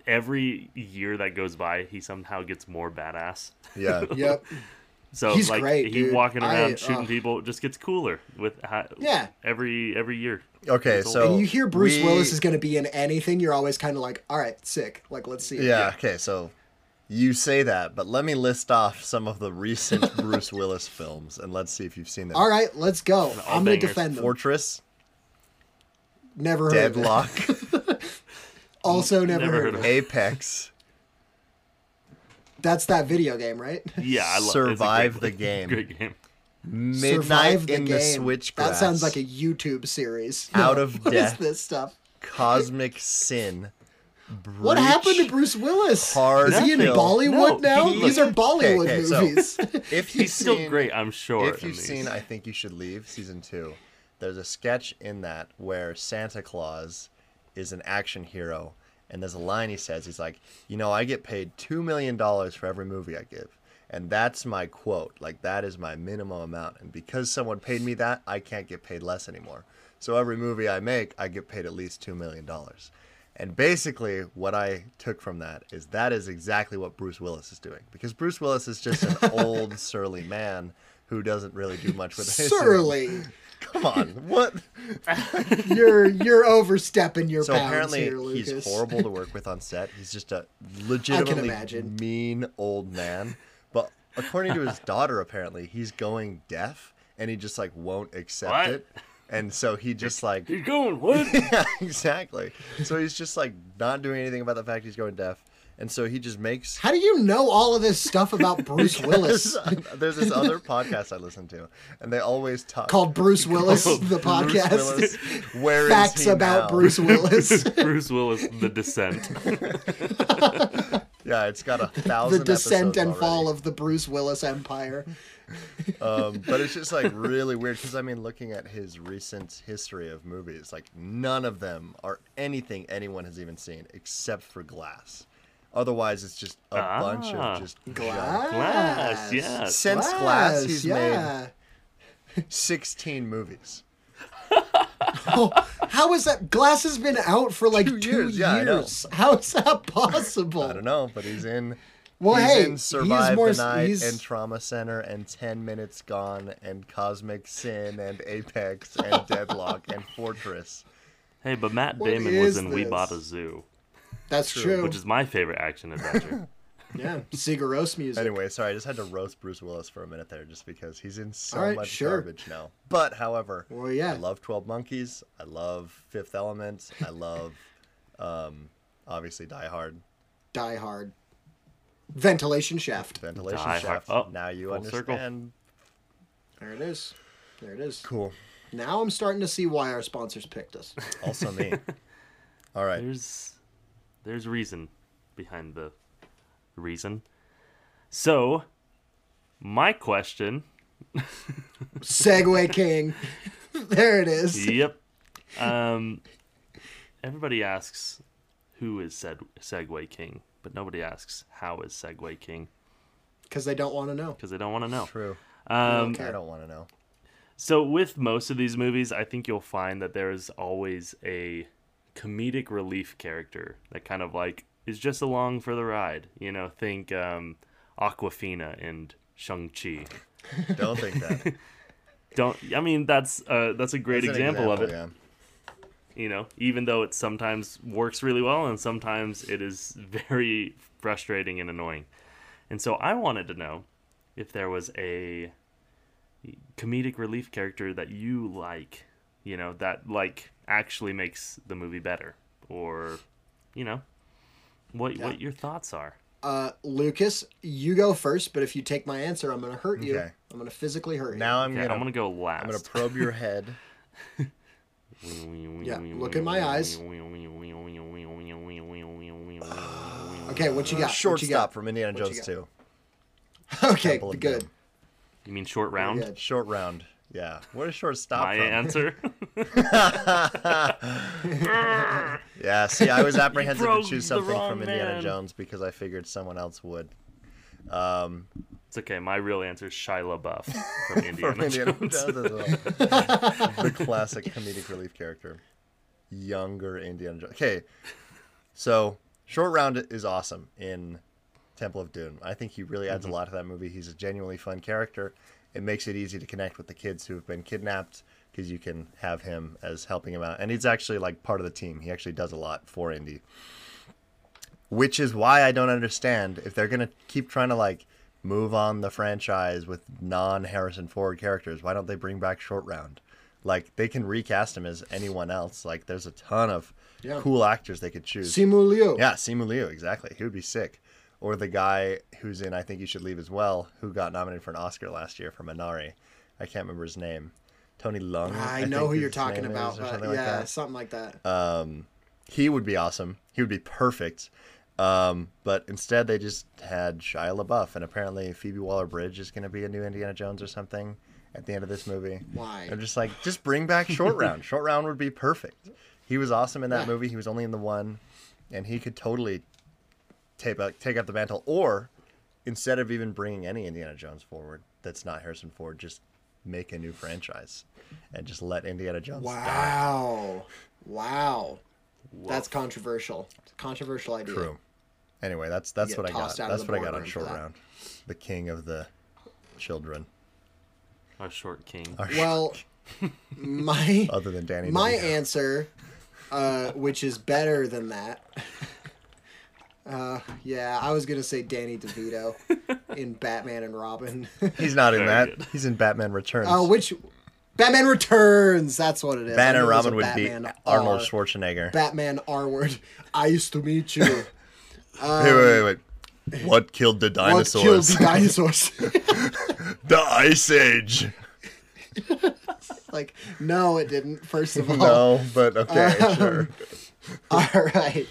S3: every year that goes by, he somehow gets more badass.
S2: yeah.
S1: yep
S3: So
S1: He's
S3: like
S1: great,
S3: he
S1: dude.
S3: walking around
S1: I-
S3: shooting
S1: ugh.
S3: people just gets cooler with ha-
S1: Yeah.
S3: every every year.
S2: Okay,
S3: It's all-
S2: so
S1: and you hear bruce
S2: we-
S1: willis is going to be in anything you're always kind of like all right sick like let's see it."
S2: Yeah, okay, so you say that, but let me list off some of the recent Bruce Willis films, and let's see if you've seen them.
S1: all right let's go
S3: all
S1: i'm going to
S3: bangers.
S1: defend them
S2: Fortress,
S1: Never heard of it.
S2: Deadlock,
S1: Also never, heard, of it.
S2: Apex,
S1: That's that video game, right?
S3: Yeah, I love
S2: Survive the
S3: it's a
S2: game.
S3: great game. Great game.
S2: Midnight in the Switchgrass.
S1: That sounds like a YouTube series.
S2: Out of
S1: what is
S2: Death.
S1: this stuff?
S2: Cosmic Sin.
S1: What happened to
S2: Breach.
S1: Bruce Willis?
S2: Hard
S1: is he in
S2: Nothing.
S1: Bollywood now?
S3: No, he-
S1: These are
S2: Look,
S1: Bollywood
S2: okay, okay, so-
S1: movies.
S2: If you've
S3: He's still
S2: seen-
S3: great, I'm sure.
S2: If
S3: in
S2: you've
S3: these.
S2: seen I Think You Should Leave, season two, there's a sketch in that where Santa Claus is an action hero, and there's a line he says, he's like, you know, I get paid two million dollars for every movie I give. And that's my quote. Like that is my minimum amount. And because someone paid me that, I can't get paid less anymore. So every movie I make, I get paid at least two million dollars. And basically, what I took from that is that is exactly what Bruce Willis is doing because Bruce Willis is just an old surly man who doesn't really do much with his
S1: Surly,
S2: Come on, what?
S1: you're you're overstepping your
S2: So
S1: bounds
S2: apparently,
S1: here, Lucas.
S2: he's horrible to work with on set. He's just a legitimately
S1: imagine.
S2: mean old man. But according to his daughter, apparently he's going deaf, and he just like won't accept
S3: What?
S2: it. And so he just like
S3: You're going what?
S2: yeah, exactly. So he's just like not doing anything about the fact he's going deaf, and so he just makes.
S1: How do you know all of this stuff about Bruce Willis?
S2: There's this other podcast I listen to, and they always talk
S1: Called Bruce Willis,
S3: Called
S1: the
S2: Bruce
S1: podcast.
S2: Willis, where is
S1: Facts
S2: he
S1: about
S2: now?
S1: Bruce Willis.
S3: Bruce Willis, The Descent.
S2: Yeah, it's got a thousand.
S1: the descent
S2: episodes
S1: and fall
S2: already.
S1: of the Bruce Willis empire.
S2: Um, but it's just like really weird because I mean, looking at his recent history of movies, like none of them are anything anyone has even seen except for Glass. Otherwise, it's just a bunch
S3: Ah.
S2: of just junk.
S1: Glass.
S3: Glass, yes.
S2: Since Glass,
S1: Glass,
S2: he's
S1: yeah.
S2: made 16 movies.
S1: Oh, how is that? Glass has been out for like two,
S2: Two
S1: years.
S2: years, yeah, I know.
S1: How is that possible?
S2: I don't know, but he's in.
S1: Well,
S2: he's
S1: hey,
S2: in
S1: he's
S2: Survive
S1: more-
S2: the Night
S1: he's-
S2: and Trauma Center and Ten Minutes Gone and Cosmic Sin and Apex and Deadlock and Fortress.
S3: Hey, but Matt
S1: What
S3: Damon was
S1: is
S3: in We
S1: this? Oh.
S3: Bought a Zoo,
S1: That's true.
S3: which is my favorite action adventure.
S1: yeah, Sigur Rós music.
S2: Anyway, sorry, I just had to roast Bruce Willis for a minute there, just because he's in so
S1: All right,
S2: much
S1: sure.
S2: garbage now. But however,
S1: Well, yeah.
S2: I love Twelve Monkeys. I love Fifth Element. I love, um, obviously Die Hard,
S1: Die Hard. Ventilation Shaft.
S2: Ventilation
S3: Die Hard.
S2: Shaft.
S3: Oh,
S2: now you
S3: full circle.
S2: understand.
S1: There it is. There it is.
S2: Cool.
S1: Now I'm starting to see why our sponsors picked us.
S2: Also me. All right.
S3: There's there's reason behind the reason. So, my question,
S1: Segway King. there it is.
S3: yep. Um everybody asks who is Sed- Segway King, but nobody asks how is Segway King
S1: Because they don't want to know.
S3: because they don't want to know.
S2: True.
S3: Um
S1: Okay.
S2: I don't want to know.
S3: So with most of these movies, I think you'll find that there is always a comedic relief character that kind of like is just along for the ride. You know, think um, Aquafina and Shang Chi.
S2: Don't think that.
S3: Don't I mean that's uh, that's a great
S2: As an
S3: example, of it.
S2: yeah.
S3: You know, even though it sometimes works really well and sometimes it is very frustrating and annoying. And so I wanted to know if there was a comedic relief character that you like, you know, that like actually makes the movie better or you know, what what your thoughts are.
S1: Uh, Lucas, you go first, but if you take my answer, I'm going to hurt you.
S2: Okay.
S1: I'm going to physically hurt you.
S2: Now I'm
S3: Okay,
S2: gonna
S3: I'm going to go
S2: I'm gonna
S3: last.
S2: probe your head.
S1: Yeah, look in my eyes. Okay, what you got? what you
S2: uh, Shortstop
S1: got?
S2: from Indiana
S1: What you
S2: Jones
S1: got?
S2: Two.
S1: Okay,
S2: Temple of Um,
S1: good.
S2: Doom.
S3: You mean short round?
S1: Good.
S2: Short round. Yeah. Where is shortstop
S3: My
S2: from?
S3: answer.
S2: Yeah, see, I was apprehensive to
S3: broke the
S2: choose something
S3: wrong
S2: from Indiana
S3: man.
S2: Jones because I figured someone else would. Um,
S3: it's okay. My real answer is Shia LaBeouf from Indiana.
S2: from Indiana
S3: Jones.
S2: Jones as well. the classic comedic relief character, younger Indiana Jones. Okay, so Short Round is awesome in Temple of Doom. I think he really adds a lot to that movie. He's a genuinely fun character. It makes it easy to connect with the kids who have been kidnapped because you can have him as helping him out, and he's actually like part of the team. He actually does a lot for Indy. which is why I don't understand if they're gonna keep trying to like move on the franchise with non Harrison Ford characters. Why don't they bring back Short Round? Like they can recast him as anyone else. Like there's a ton of
S1: Yeah.
S2: cool actors they could choose.
S1: Simu Liu.
S2: yeah, Simu Liu, exactly. He would be sick. Or the guy who's in I Think You Should Leave as well, who got nominated for an Oscar last year for Minari. I can't remember his name. Tony Lung.
S1: I know
S2: think
S1: who
S2: his
S1: you're talking
S2: name is,
S1: about,
S2: or
S1: but
S2: something like
S1: yeah,
S2: that Uh,
S1: something like that.
S2: he would be awesome. He would be perfect. Um, but instead, they just had Shia LaBeouf, and apparently Phoebe Waller Bridge is going to be a new Indiana Jones or something at the end of this movie.
S1: Why?
S2: They're just like, just bring back Short Round. Short Round would be perfect. He was awesome in that
S1: Yeah.
S2: movie. He was only in the one, and he could totally tape up, take up the mantle. Or instead of even bringing any Indiana Jones forward, that's not Harrison Ford, just make a new franchise and just let Indiana Jones die.
S1: wow. Wow. That's controversial. It's a controversial idea.
S2: True. Anyway, that's that's
S1: get
S2: what I got.
S1: tossed out of
S2: That's
S1: the
S2: what I got on
S1: boardroom for
S2: short
S1: that.
S2: round. The king of the children.
S3: Our short king.
S2: Our-
S1: Well, my
S2: other than Danny.
S1: my
S2: DeVito.
S1: answer, uh, which is better than that. Uh, yeah, I was gonna say Danny DeVito in Batman and Robin.
S2: He's not in
S3: Very
S2: that.
S3: good.
S2: He's in Batman Returns.
S1: Oh, which Batman Returns? That's what it is. I
S2: Batman
S1: knew
S2: and
S1: it was
S2: Robin
S1: a
S2: would be
S1: Batman Uh, R.
S2: Arnold Schwarzenegger.
S1: Batman R word. I used to meet you.
S2: Hey, wait, wait, wait. What killed the
S1: What killed
S2: dinosaurs?
S1: the dinosaurs?
S2: the Ice Age.
S1: like, no, it didn't. First of all,
S2: No, but okay, sure.
S1: All right.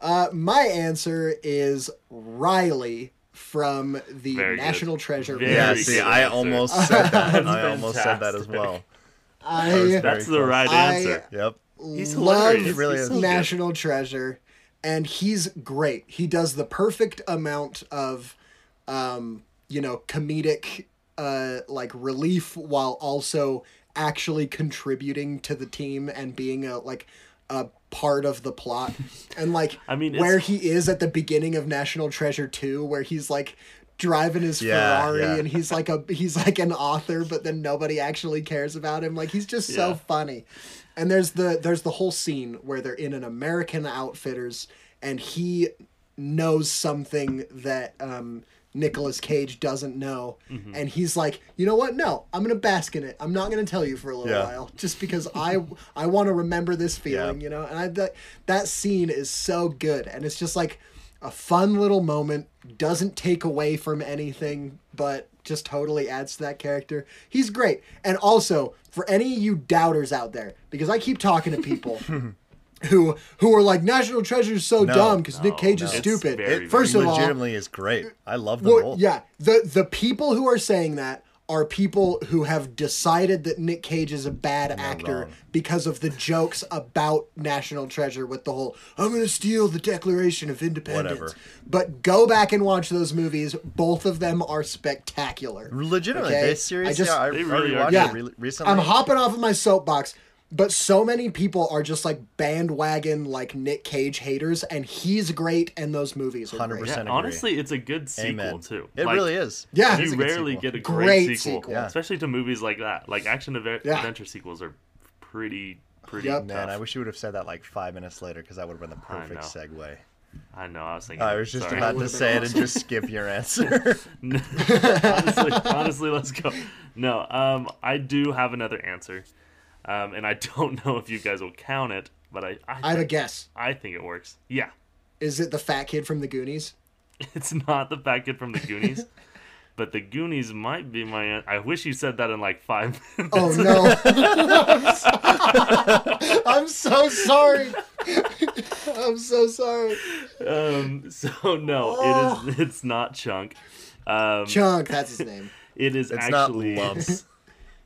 S1: Uh, my answer is Riley from the
S3: Very good.
S1: National Treasure.
S3: Very
S2: Yeah,
S3: good
S2: see, I
S3: answer.
S2: almost said that.
S3: That's
S2: I almost said that as
S3: fantastic.
S2: well.
S1: I
S3: That's
S2: Very
S3: the
S2: close. uh,
S3: right
S1: I-
S3: answer.
S2: Yep.
S3: He's
S1: love
S3: hilarious.
S2: really
S3: He's
S2: is.
S3: so good.
S1: National Treasure, and he's great. He does the perfect amount of, um, you know, comedic, uh, like relief while also actually contributing to the team and being a like a part of the plot. And like,
S3: I mean, it's-
S1: where he is at the beginning of National Treasure Two, where he's like driving his
S2: Yeah,
S1: Ferrari
S2: yeah.
S1: and he's like a he's like an author, but then nobody actually cares about him. Like he's just so
S3: Yeah.
S1: funny. And there's the there's the whole scene where they're in an American Outfitters and he knows something that um Nicolas Cage doesn't know and he's like, "You know what? No, I'm going to bask in it. I'm not going to tell you for a little
S2: Yeah.
S1: while just because I I want to remember this feeling,
S2: Yeah.
S1: you know?" And I that, that scene is so good and it's just like a fun little moment doesn't take away from anything but just totally adds to that character he's great and also for any of you doubters out there because i keep talking to people who who are like national treasure is so
S2: No,
S1: dumb because nick cage is
S3: no. It's
S1: stupid
S3: very,
S2: It
S1: first of all
S2: legitimately is great. I love them
S1: well,
S2: both.
S1: yeah the the people who are saying that are people who have decided that Nick Cage is a bad actor
S2: wrong.
S1: because of the jokes about National Treasure with the whole "I'm gonna steal the Declaration of Independence."
S2: Whatever.
S1: But go back and watch those movies. Boboth of them are spectacular.
S2: Legitimately,
S1: Okay?
S2: they seriously
S1: I just-
S2: are. I
S3: They
S2: already
S3: really are
S2: watched
S1: good.
S2: it
S1: Yeah.
S2: re- recently.
S1: I'm hopping off of my soapbox, but so many people are just like bandwagon like Nick Cage haters, and he's great, and those movies are great.
S2: 100%.
S3: Yeah,
S2: agree.
S3: honestly, it's a good sequel
S2: Amen.
S3: too.
S2: It
S3: Like,
S2: really is.
S1: Yeah.
S2: It
S3: You
S2: is a good
S3: rarely
S2: sequel.
S3: get a great,
S1: Great
S3: sequel,
S1: sequel.
S2: Yeah.
S3: especially to movies like that. Like action adve-
S1: Yeah.
S3: adventure sequels are pretty pretty
S1: Yep.
S2: Man,
S3: tough.
S2: I wish you would have said that like five minutes later because that would have been the
S3: I
S2: perfect
S3: know.
S2: segue. Oh,
S3: I know. I was thinking.
S2: I was just
S3: sorry.
S2: about
S1: That
S2: to
S1: would've been
S2: say it and
S1: awesome.
S2: just skip your answer.
S3: honestly, honestly, let's go. No, um, I do have another answer, um, and I don't know if you guys will count it, but I I,
S1: I have a
S3: think,
S1: guess.
S3: I think it works. Yeah,
S1: Is it the fat kid from the Goonies?
S3: it's not the fat kid from the Goonies, but the Goonies might be my. an- I wish you said that in like five minutes.
S1: Oh no. I'm so sorry. I'm so sorry.
S3: Um, so no, it is. It's not Chunk. Um,
S1: Oh. Chunk, that's his name.
S3: it is
S2: It's not
S3: actually
S2: lumps.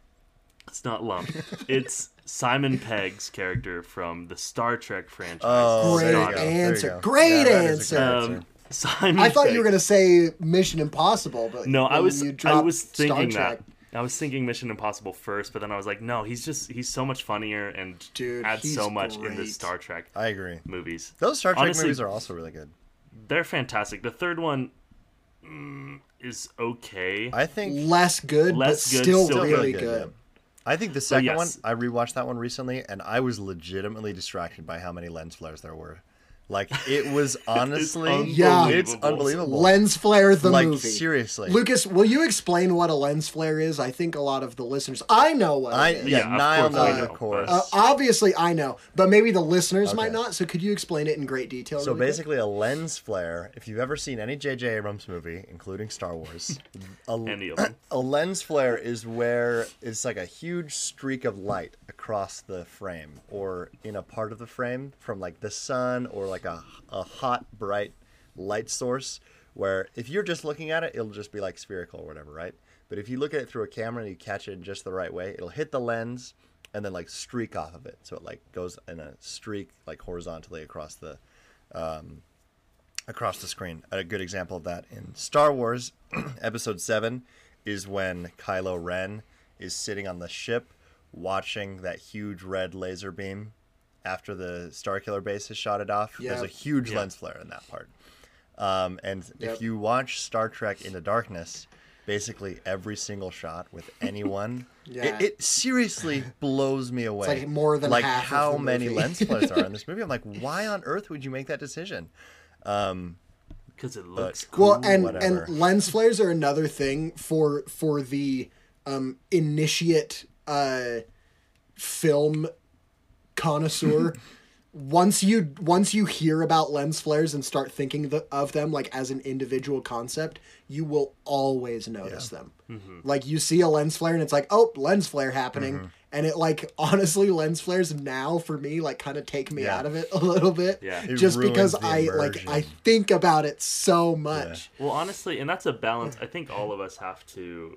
S3: It's not lump. It's Simon Pegg's character from the Star Trek franchise.
S2: Oh, there
S1: Great
S2: you go,
S3: Scott.
S2: there you
S1: answer.
S2: go.
S1: Great
S2: Yeah, that is a
S1: answer.
S2: good answer.
S3: Um, Simon.
S1: I thought you
S3: Pegg.
S1: were gonna say Mission Impossible, but
S3: No, I
S1: when
S3: was.
S1: you
S3: I
S1: dropped
S3: was
S1: Star
S3: thinking
S1: Trek-
S3: that. I was thinking Mission Impossible first, but then I was like, no, he's just he's so much funnier and
S1: Dude,
S3: adds
S1: he's
S3: so much in the
S1: great.
S3: Star Trek
S2: I agree.
S3: movies.
S2: Those Star Trek
S3: Honestly,
S2: movies are also really good.
S3: They're fantastic. The third one mm, is okay.
S2: I think
S1: Less good,
S3: Less
S1: but
S3: good,
S1: still,
S3: still
S1: really
S2: yeah.
S1: good.
S2: I think the second
S3: yes.
S2: one, I rewatched that one recently, and I was legitimately distracted by how many lens flares there were. Like it was honestly,
S1: Yeah.
S2: it's
S3: unbelievable.
S2: unbelievable.
S1: Lens flare the
S2: like
S1: movie.
S2: seriously,
S1: Lucas, will you explain what a lens flare is? I think a lot of the listeners I know what
S2: I
S1: it is.
S2: yeah,
S3: Yeah, of
S2: Nile
S3: course I
S2: Nine,
S3: know,
S2: of course.
S3: but-
S1: Uh, obviously I know, but maybe the listeners might
S2: Okay.
S1: not, so could you explain it in great detail?
S2: So
S1: really quick?
S2: basically, a lens flare. If you've ever seen any J.J. Abrams movie, including Star Wars, a,
S3: Any of them.
S2: a lens flare is where it's like a huge streak of light across the frame or in a part of the frame from like the sun or like a, a hot, bright light source. Where if you're just looking at it, it'll just be like spherical or whatever, right? But if you look at it through a camera and you catch it in just the right way, it'll hit the lens and then like streak off of it. So it like goes in a streak like horizontally across the across the screen. A good example of that in Star Wars Episode 7 is when Kylo Ren is sitting on the ship watching that huge red laser beam after the Star Killer base is shot it off. There's
S1: Yeah.
S2: a huge
S3: Yeah.
S2: lens flare in that part. Um, and
S1: Yep.
S2: if you watch Star Trek Into Darkness, basically every single shot with anyone,
S1: Yeah.
S2: it, it seriously blows me away.
S1: like more than
S2: like
S1: half of
S2: how
S1: the
S2: many
S1: movie.
S2: lens flares are in this movie. I'm like, why on earth would you make that decision?
S3: because it looks cool.
S1: Well, and
S2: whatever.
S1: and lens flares are another thing for for the um, initiate uh, film connoisseur. once you once you hear about lens flares and start thinking the, of them like as an individual concept, you will always notice them.
S2: Mm-hmm.
S1: Like you see a lens flare and it's like, oh, lens flare happening. And it like honestly, lens flares now for me like kind of take me
S2: Yeah.
S1: out of it a little bit,
S3: Yeah.
S2: It
S1: just
S2: ruins
S1: because
S2: the
S1: I like I
S2: immersion.
S1: think about it so much.
S3: Well, honestly, and that's a balance I think all of us have to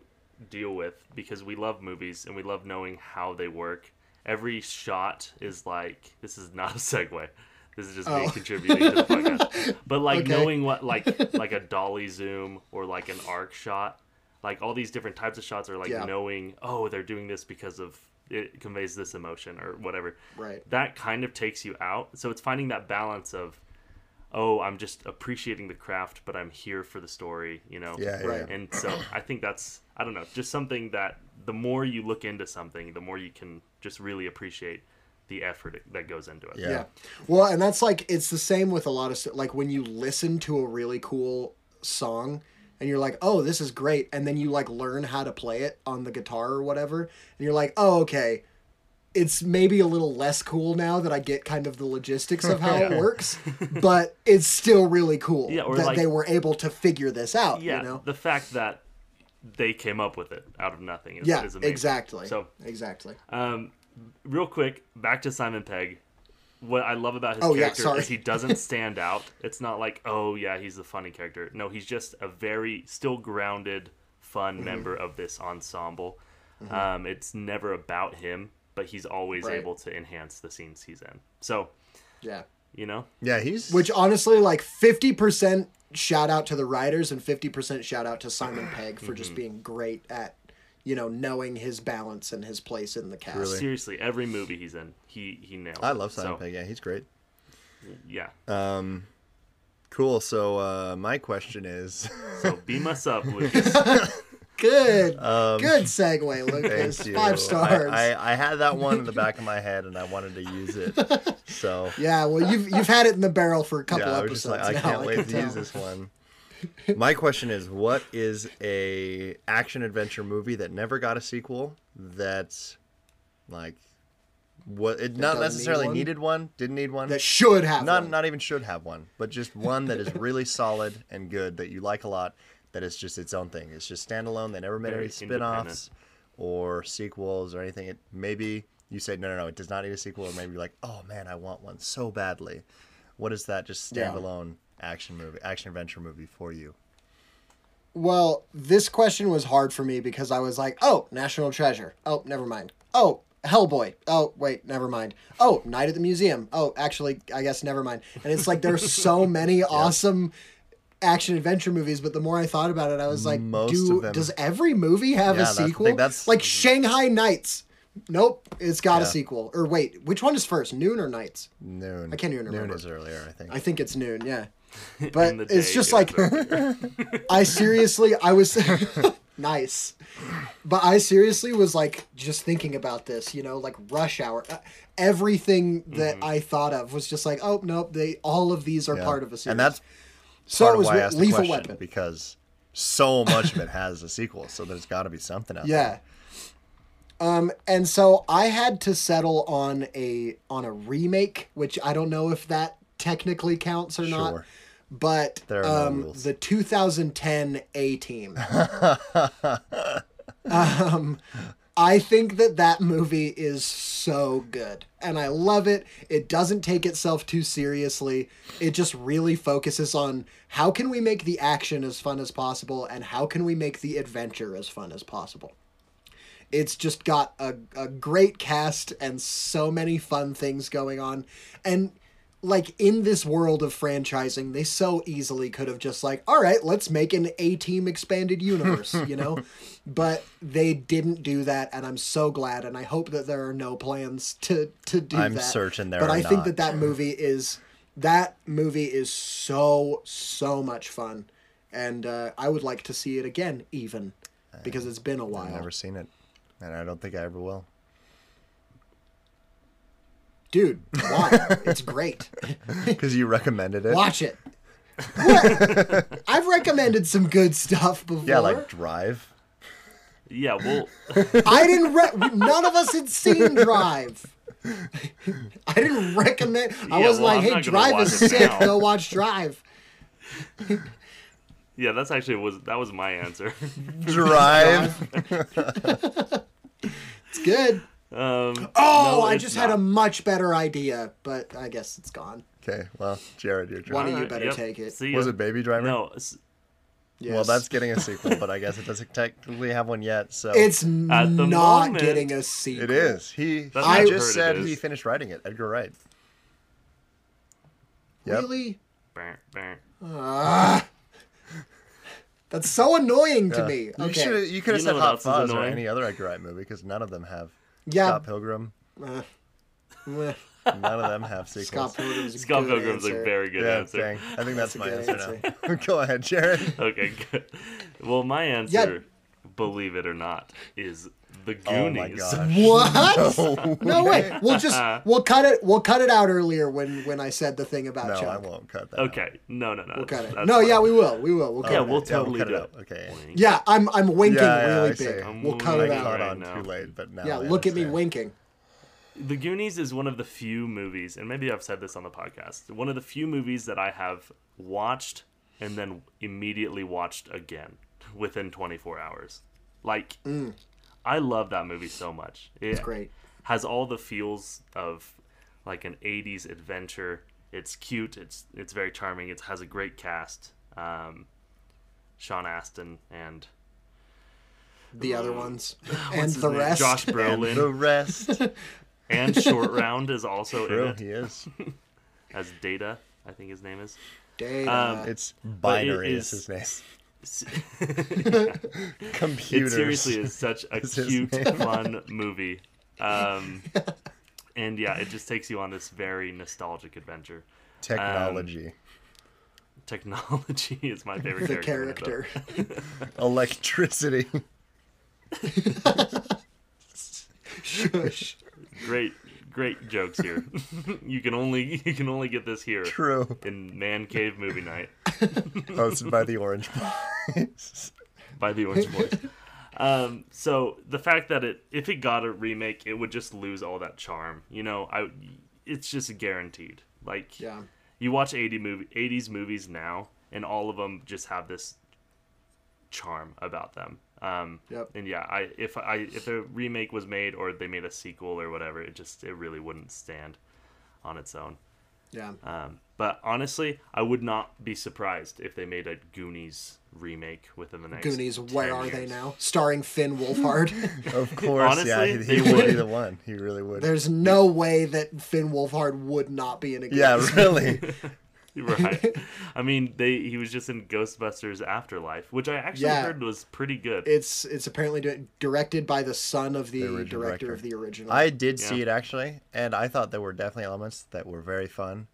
S3: deal with because we love movies and we love knowing how they work. Every shot is like this is not a segue. This is just me
S1: Oh.
S3: contributing to the podcast. But like
S1: Okay.
S3: knowing what like like a dolly zoom or like an arc shot, like all these different types of shots are like
S1: Yeah.
S3: knowing, oh, they're doing this because of it conveys this emotion or whatever.
S1: Right.
S3: That kind of takes you out. So it's finding that balance of oh, I'm just appreciating the craft, but I'm here for the story, you know?
S2: Yeah, yeah,
S1: Right.
S2: yeah.
S3: And so I think that's, I don't know, just something that the more you look into something, the more you can just really appreciate the effort that goes into it.
S2: Yeah.
S1: Yeah. Well, and that's like it's the same with a lot of st- like when you listen to a really cool song and you're like, "Oh, this is great." And then you like learn how to play it on the guitar or whatever, and you're like, "Oh, okay. It's maybe a little less cool now that I get kind of the logistics of how it
S2: Yeah.
S1: works, but it's still really cool
S3: Yeah, or
S1: that
S3: like-
S1: they were able to figure this out,
S3: Yeah,
S1: you know?
S3: the fact that they came up with it out of nothing is,
S1: Yeah,
S3: is amazing.
S1: exactly.
S3: So,
S1: exactly.
S3: um, real quick, back to Simon Pegg. What I love about his
S1: Oh, yeah,
S3: character
S1: sorry.
S3: is he doesn't stand out. It's not like, oh yeah, he's the funny character. No, he's just a very still grounded, fun
S1: Mm-hmm.
S3: member of this ensemble. Um, it's never about him, but he's always
S1: Right.
S3: able to enhance the scenes he's in. So
S1: yeah.
S3: you know,
S2: he's
S1: Which honestly, like fifty percent shout out to the writers and fifty percent shout out to Simon Pegg for
S2: Mm-hmm.
S1: just being great at, you know, knowing his balance and his place in the cast.
S2: Really?
S3: seriously, every movie he's in, he he nails.
S2: I
S3: it.
S2: love Simon
S3: So,
S2: Pegg. Uh, Yeah, he's great.
S3: Yeah.
S2: Cool. So uh, my question is,
S3: so beam us up, Lucas.
S1: Good, good segue, Lucas.
S2: Um, thank you.
S1: Five stars.
S2: I, I, I had that one in the back of my head, and I wanted to use it. So
S1: yeah, well, you've you've had it in the barrel for a couple
S2: yeah, I was
S1: episodes
S2: just like, I
S1: now.
S2: can't
S1: I
S2: wait
S1: can
S2: to
S1: tell.
S2: use this one. My question is, what is a action adventure movie that never got a sequel? That's like, what? It not
S1: doesn't need
S2: necessarily
S1: one?
S2: needed one. Didn't need one.
S1: That should have
S2: not
S1: one.
S2: not even should have one, but just one that is really solid and good that you like a lot. That is just its own thing. It's just standalone. They never made
S3: Very
S2: any spin-offs or sequels or anything. It maybe you say no, no, no. It does not need a sequel. Or maybe you're like, oh man, I want one so badly. What is that? Just
S1: Yeah.
S2: standalone action movie, action adventure movie for you?
S1: Well, this question was hard for me because I was like, oh, National Treasure. Oh, never mind. Oh, Hellboy. Oh, wait, never mind. Oh, Night at the Museum. Oh, actually, I guess never mind. And it's like there's so many awesome action adventure movies, but the more I thought about it, I was like,
S2: Most
S1: do
S2: of them-
S1: does every movie have
S2: Yeah,
S1: a
S2: that's the thing,
S1: sequel?
S2: that's-
S1: Like Shanghai Nights. Nope, it's got a
S2: Yeah.
S1: sequel. Or wait, which one is first? Noon or Nights?
S2: Noon.
S1: I can't even
S2: Noon
S1: remember.
S2: is earlier, I think.
S1: I think it's noon, yeah. But
S3: In the
S1: it's
S3: day,
S1: just
S3: it
S1: like
S3: was a-
S1: I seriously, I was nice, but I seriously was like just thinking about this, you know, like rush hour. Uh, Everything
S3: Mm-hmm.
S1: that I thought of was just like, oh nope, they all of these are
S2: Yeah.
S1: part of a series.
S2: and that's
S1: so
S2: part
S1: it was
S2: of why I
S1: with
S2: asked the
S1: Lethal
S2: question,
S1: Weapon.
S2: because so much of it has a sequel. So there's got to be something out there.
S1: Yeah. Um, and so I had to settle on a on a remake, which I don't know if that technically counts or not.
S2: Sure.
S1: But
S2: There are no
S1: um,
S2: rules.
S1: the 2010 A Team. um, I think that that movie is so good, and I love it. It doesn't take itself too seriously. It just really focuses on how can we make the action as fun as possible, and how can we make the adventure as fun as possible it's just got a, a great cast and so many fun things going on and like in this world of franchising, they so easily could have just like, all right, let's make an A team expanded universe, you know? But they didn't do that, and I'm so glad, and I hope that there are no plans to to do
S2: I'm
S1: that.
S2: certain there
S1: But
S2: are
S1: I think
S2: not.
S1: that that movie is that movie is so so much fun, and uh, I would like to see it again, even because it's been a while.
S2: I've never seen it, and I don't think I ever will.
S1: Dude, why? it's great.
S2: Because you recommended it.
S1: Watch it. What? I've recommended some good stuff before.
S2: Yeah, like Drive.
S3: Yeah, well,
S1: I didn't. Re- none of us had seen Drive. I didn't recommend. I
S3: Yeah,
S1: was
S3: well,
S1: like,
S3: I'm
S1: "Hey,
S3: not gonna
S1: Drive
S3: watch
S1: is
S3: it
S1: sick.
S3: now."
S1: Go watch Drive."
S3: yeah, that's actually was that was my answer.
S2: Drive.
S1: It's good.
S3: Um,
S1: Oh,
S3: no,
S1: I
S3: it's
S1: just had a
S3: not.
S1: much better idea, but I guess it's gone.
S2: okay, well, Jared, your
S1: Why
S2: drive.
S1: do you
S3: Alright,
S1: better
S3: yep,
S1: take it?
S3: see ya.
S2: Was it Baby Driver?
S3: No, s-
S1: Yes.
S2: Well, that's getting a sequel, but I guess it doesn't technically have one yet. So
S1: it's
S3: At the
S1: not
S3: moment-
S1: getting a sequel.
S2: it is. He, he
S3: That's what I've
S2: just
S3: heard
S2: said
S3: it
S2: he
S3: is.
S2: finished writing it. Edgar Wright. Yep.
S1: really.
S3: Brr, brr.
S1: That's so annoying to
S2: Yeah.
S1: me.
S2: You
S1: Okay.
S2: should you could have
S3: You know
S2: said
S3: what
S2: Hot
S3: else is
S2: Fuzz or
S3: annoying?
S2: any other Edgar Wright movie because none of them have.
S1: Yeah.
S2: Scott Pilgrim.
S1: Uh, meh.
S2: None of them have sequels.
S1: Scott Pilgrim's a
S3: Scott
S1: good
S3: Pilgrim's
S1: answer.
S3: a very good
S2: yeah,
S3: answer.
S2: dang. I think that's,
S1: a
S2: my
S1: good
S2: answer, now. Go ahead, Jared.
S3: Okay, good. Well, my answer, believe it or not, is the
S2: Oh
S3: Goonies.
S2: my
S1: What?
S2: gosh. No,
S1: No way. We'll just we'll cut it. We'll cut it out earlier when when I said the thing about
S2: No,
S1: Chuck.
S2: I won't cut that. out.
S3: Okay, no, no, no.
S1: We'll cut it.
S3: that's
S1: No,
S3: fine.
S1: yeah, we will. We will. We'll cut
S3: yeah,
S1: it.
S3: we'll
S1: out.
S2: Yeah, we'll
S3: totally
S2: cut it
S3: do
S2: out. Okay.
S3: Wink.
S1: Yeah, I'm I'm winking
S2: Yeah, yeah, I
S1: really
S2: see.
S1: big.
S2: I'm
S1: we'll cut
S2: I
S1: it
S3: winking
S1: out.
S2: caught
S3: right
S2: on
S3: now.
S2: too late, but now
S1: Yeah,
S2: I
S1: look at me
S2: understand.
S1: winking.
S3: The Goonies is one of the few movies, and maybe I've said this on the podcast, one of the few movies that I have watched and then immediately watched again within 24 hours. Like, I love that movie so much. It's
S1: Mm. Great.
S3: has all the feels of like an 80s adventure. It's cute. It's it's very charming. It has a great cast. Um, Sean Astin and
S1: The other ones and
S3: his
S1: the
S3: name?
S1: rest.
S3: Josh
S2: The
S3: Brolin,
S2: rest.
S3: and Short Round is also
S2: True,
S3: in it
S2: he is.
S3: as Data. I think his name is.
S1: Data.
S3: um,
S2: It's binary is
S3: is-
S2: his name.
S3: it
S2: Computers.
S3: seriously um, is such a
S2: his
S3: cute,
S2: name.
S3: fun movie. Um, and yeah, it just takes you on this very nostalgic adventure.
S2: Technology.
S3: Technology is my favorite
S1: the
S3: character. in it, though.
S1: character.
S2: Electricity.
S1: Shush.
S3: great great jokes here you can only you can only get this here
S2: True.
S3: in man cave movie night
S2: Hosted by the Orange Boys.
S3: by the orange boys um so the fact that it if it got a remake it would just lose all that charm you know i it's just guaranteed like
S1: Yeah.
S3: you watch 80 movie 80s movies now and all of them just have this charm about them um
S1: Yep.
S3: and yeah i if i if a remake was made or they made a sequel or whatever it just it really wouldn't stand on its own
S1: Yeah.
S3: Um, but honestly, I would not be surprised if they made a Goonies remake within the next.
S1: Goonies.
S3: 10
S1: Where are they
S3: years.
S1: now? Starring Finn Wolfhard.
S2: Of course, yeah, he,
S3: Honestly,
S2: he
S3: they
S2: would be
S3: would.
S2: the one. He really would.
S1: There's no way that Finn Wolfhard would not be in a Goonies.
S2: yeah, really.
S3: right. I mean, they he was just in Ghostbusters Afterlife, which I actually
S1: Yeah.
S3: heard was pretty good.
S1: It's it's apparently di- directed by the son of the,
S2: original
S1: director,
S2: director.
S1: of the original.
S2: I did see
S3: Yeah.
S2: it actually, and I thought there were definitely elements that were very fun,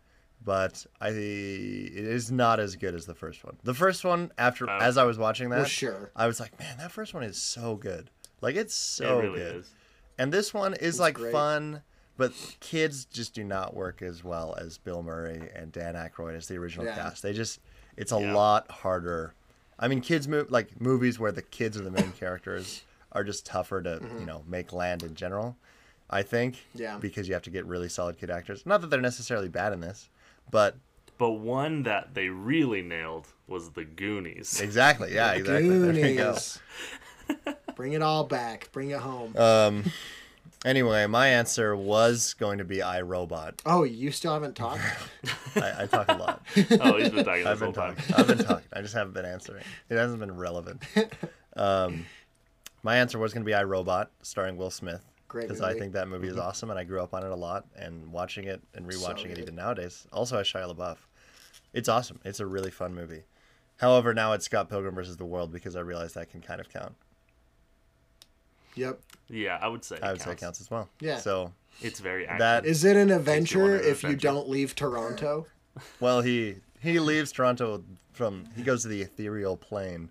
S2: but I it is not as good as the first one. The first one, after
S3: Oh.
S2: as I was watching that,
S1: sure.
S2: I was like, man, that first one is so good. Like it's so
S3: it really
S2: good.
S3: is.
S2: And this one is like
S1: great.
S2: fun, but kids just do not work as well as Bill Murray and Dan Aykroyd as the original
S1: Yeah.
S2: cast. They just it's a
S3: Yeah.
S2: lot harder. I mean, kids move like movies where the kids are the main characters are just tougher to you know make land in general. I think
S1: Yeah.
S2: because you have to get really solid kid actors. Not that they're necessarily bad in this, but
S3: But one that they really nailed was the Goonies.
S2: exactly, yeah, exactly. There you go.
S1: Goonies. Bring it all back. Bring it home.
S2: Uh, Anyway, my answer was going to be iRobot.
S1: oh, you still haven't talked?
S2: I, I talk a lot.
S3: oh, he's been talking this
S2: I've
S3: whole
S2: been
S3: time.
S2: talking. I've been talking. I just haven't been answering. It hasn't been relevant. Um, my answer was going to be iRobot, starring Will Smith.
S1: Great
S2: because
S1: movie.
S2: I think that movie
S3: Mm-hmm.
S2: is awesome, and I grew up on it a lot, and watching it and rewatching it
S1: good.
S2: even nowadays. Also, has Shia LaBeouf. It's awesome. It's a really fun movie. However, now it's Scott Pilgrim versus the World because I realize that can kind of count.
S1: Yep.
S3: Yeah, I would say. It
S2: I would say it
S3: counts.
S2: counts as well.
S1: Yeah.
S2: So,
S3: It's very action.
S2: That-
S1: Is it an adventure
S3: an
S1: if you
S3: adventure.
S1: don't leave Toronto?
S2: well, he he leaves Toronto from he goes to the ethereal plane.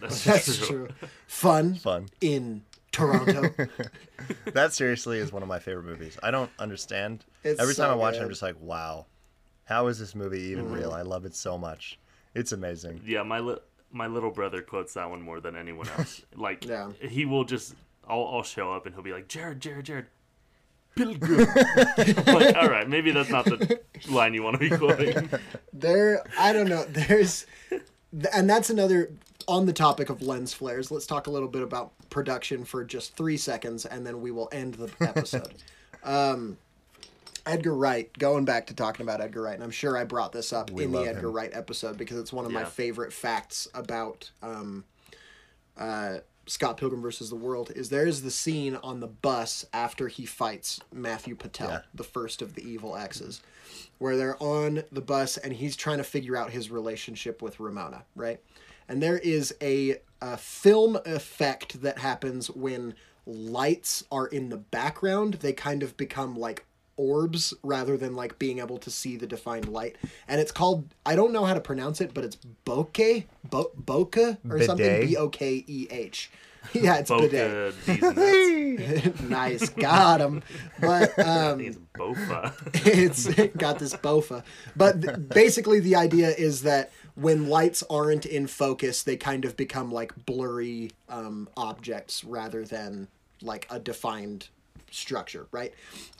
S3: That's,
S1: That's true. Fun.
S2: Fun.
S1: in Toronto.
S2: That seriously is one of my favorite movies. I don't understand.
S1: It's
S2: Every time
S1: so
S2: I watch it,
S1: good.
S2: I'm
S1: Mm-hmm.
S2: just like, wow, how is this movie even real? I love it so much. It's amazing.
S3: Yeah, my li- my little brother quotes that one more than anyone else. Like
S1: Yeah.
S3: he will just I'll, I'll show up and he'll be like, "Jared, Jared, Jared." Pilgrim. like, all right, maybe that's not the line you want to be quoting.
S1: there, I don't know. There's, and that's another on the topic of lens flares. Let's talk a little bit about production for just three seconds, and then we will end the episode. um, Edgar Wright. Going back to talking about Edgar Wright, and I'm sure I brought this up in the
S2: love
S1: Edgar
S2: him.
S1: Wright episode because it's one of my
S3: Yeah.
S1: favorite facts about um, uh, Scott Pilgrim versus the World. Is there is the scene on the bus after he fights Matthew Patel,
S2: Yeah.
S1: the first of the evil exes, where they're on the bus and he's trying to figure out his relationship with Ramona, right? And there is a, a film effect that happens when lights are in the background. They kind of become like orbs rather than like being able to see the defined light. And it's called I don't know how to pronounce it, but it's bokeh, bo- bokeh or something.
S2: Bidet?
S1: B O K E H. Yeah, it's bidet.
S3: Boca, these and that's-
S1: nice, got him. But
S3: I
S1: um,
S3: think it's Bofa.
S1: it's got this bofa. But th- basically, the idea is that when lights aren't in focus, they kind of become like blurry um, objects rather than like a defined structure, right?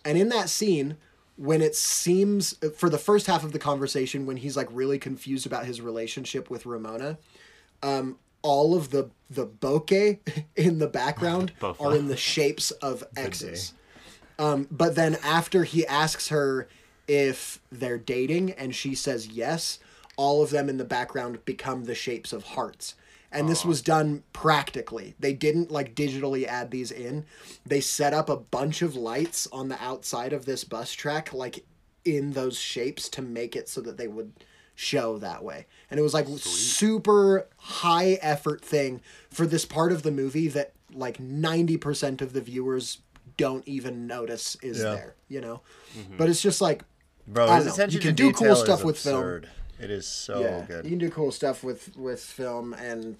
S1: And in that scene, when it seems for the first half of the conversation, when he's like really confused about his relationship with Ramona, um, all of the the bokeh in the background
S3: Bofa.
S1: are in the shapes of X's. Um, but then after he asks her if they're dating and she says yes, all of them in the background become the shapes of hearts. And this was done practically. They didn't like digitally add these in. They set up a bunch of lights on the outside of this bus track, like in those shapes to make it so that they would show that way. And it was like super high effort thing for this part of the movie that like 90% of the viewers don't even notice is
S2: Yeah.
S1: there, you know? But it's just like
S2: Bro,
S1: I don't
S2: his
S1: know.
S2: attention
S1: You can
S2: to
S1: do cool
S2: detail
S1: stuff
S2: is
S1: with film.
S2: absurd. It is so
S1: yeah,
S2: Oh, good.
S1: you can do cool stuff with with film and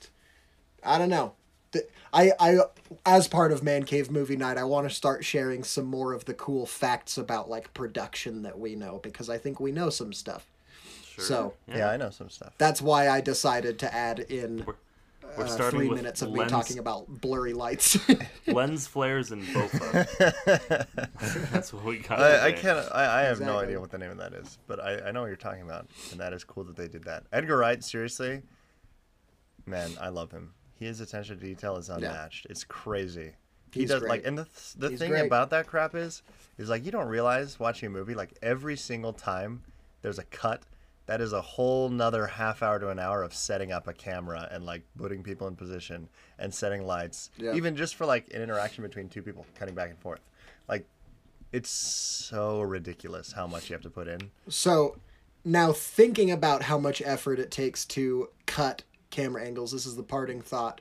S1: I don't know. Th- I, I as part of man cave movie night i want to start sharing some more of the cool facts about like production that we know because i think we know some stuff
S3: Sure.
S1: So-
S2: yeah. I know some stuff.
S1: that's why i decided to add in
S3: We're, we're
S1: uh,
S3: starting
S1: three
S3: with
S1: minutes of
S3: lens,
S1: me talking about blurry lights.
S3: lens flares and Bofa. that's what we got.
S2: I, I
S3: today.
S2: can't. I, I have no
S1: Exactly.
S2: idea what the name of that is, but I, I know what you're talking about, and that is cool that they did that. Edgar Wright, seriously, man, I love him. His attention to detail is unmatched. It's crazy. He
S1: He's
S2: does
S1: great.
S2: like, and the th- the
S1: He's
S2: thing
S1: great.
S2: about that crap is, is like you don't realize watching a movie like every single time there's a cut. That is a whole nother half hour to an hour of setting up a camera and like putting people in position and setting lights.
S1: Yeah.
S2: Even just for like an interaction between two people cutting back and forth. Like it's so ridiculous how much you have to put in.
S1: so now thinking about how much effort it takes to cut camera angles, this is the parting thought.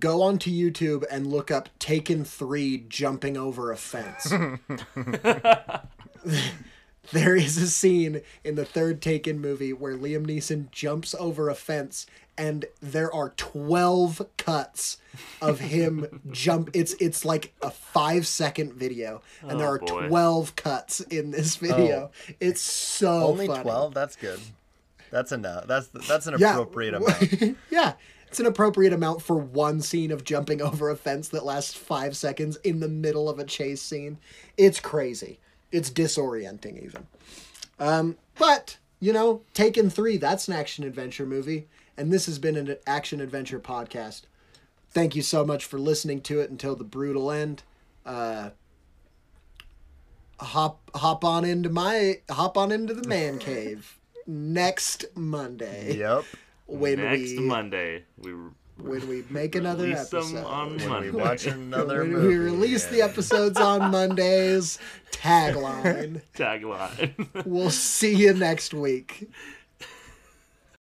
S1: Go onto YouTube and look up Taken 3 jumping over a fence. there is a scene in the third Taken movie where Liam Neeson jumps over a fence and there are 12 cuts of him jump it's it's like a 5 second video and there are
S3: boy.
S1: 12 cuts in this video. It's so
S2: Oh. Only
S1: funny.
S2: twelve. That's good. That's enough. That's that's an
S1: Yeah.
S2: appropriate amount.
S1: yeah. It's an appropriate amount for one scene of jumping over a fence that lasts 5 seconds in the middle of a chase scene. It's crazy. It's disorienting even. Um, But, you know, Taken 3, that's an action adventure movie. And this has been an action adventure podcast. Thank you so much for listening to it until the brutal end. Uh, hop hop on into my hop on into the man cave next Monday
S2: Yep.
S1: when
S3: Next
S1: we
S3: Monday, we
S1: when we make another
S3: Release them
S1: episode.
S3: on
S2: When we
S3: Monday.
S2: watch another
S1: when
S2: movie.
S1: we release the episodes on Mondays. Tagline.
S3: Tagline.
S1: We'll see you next week.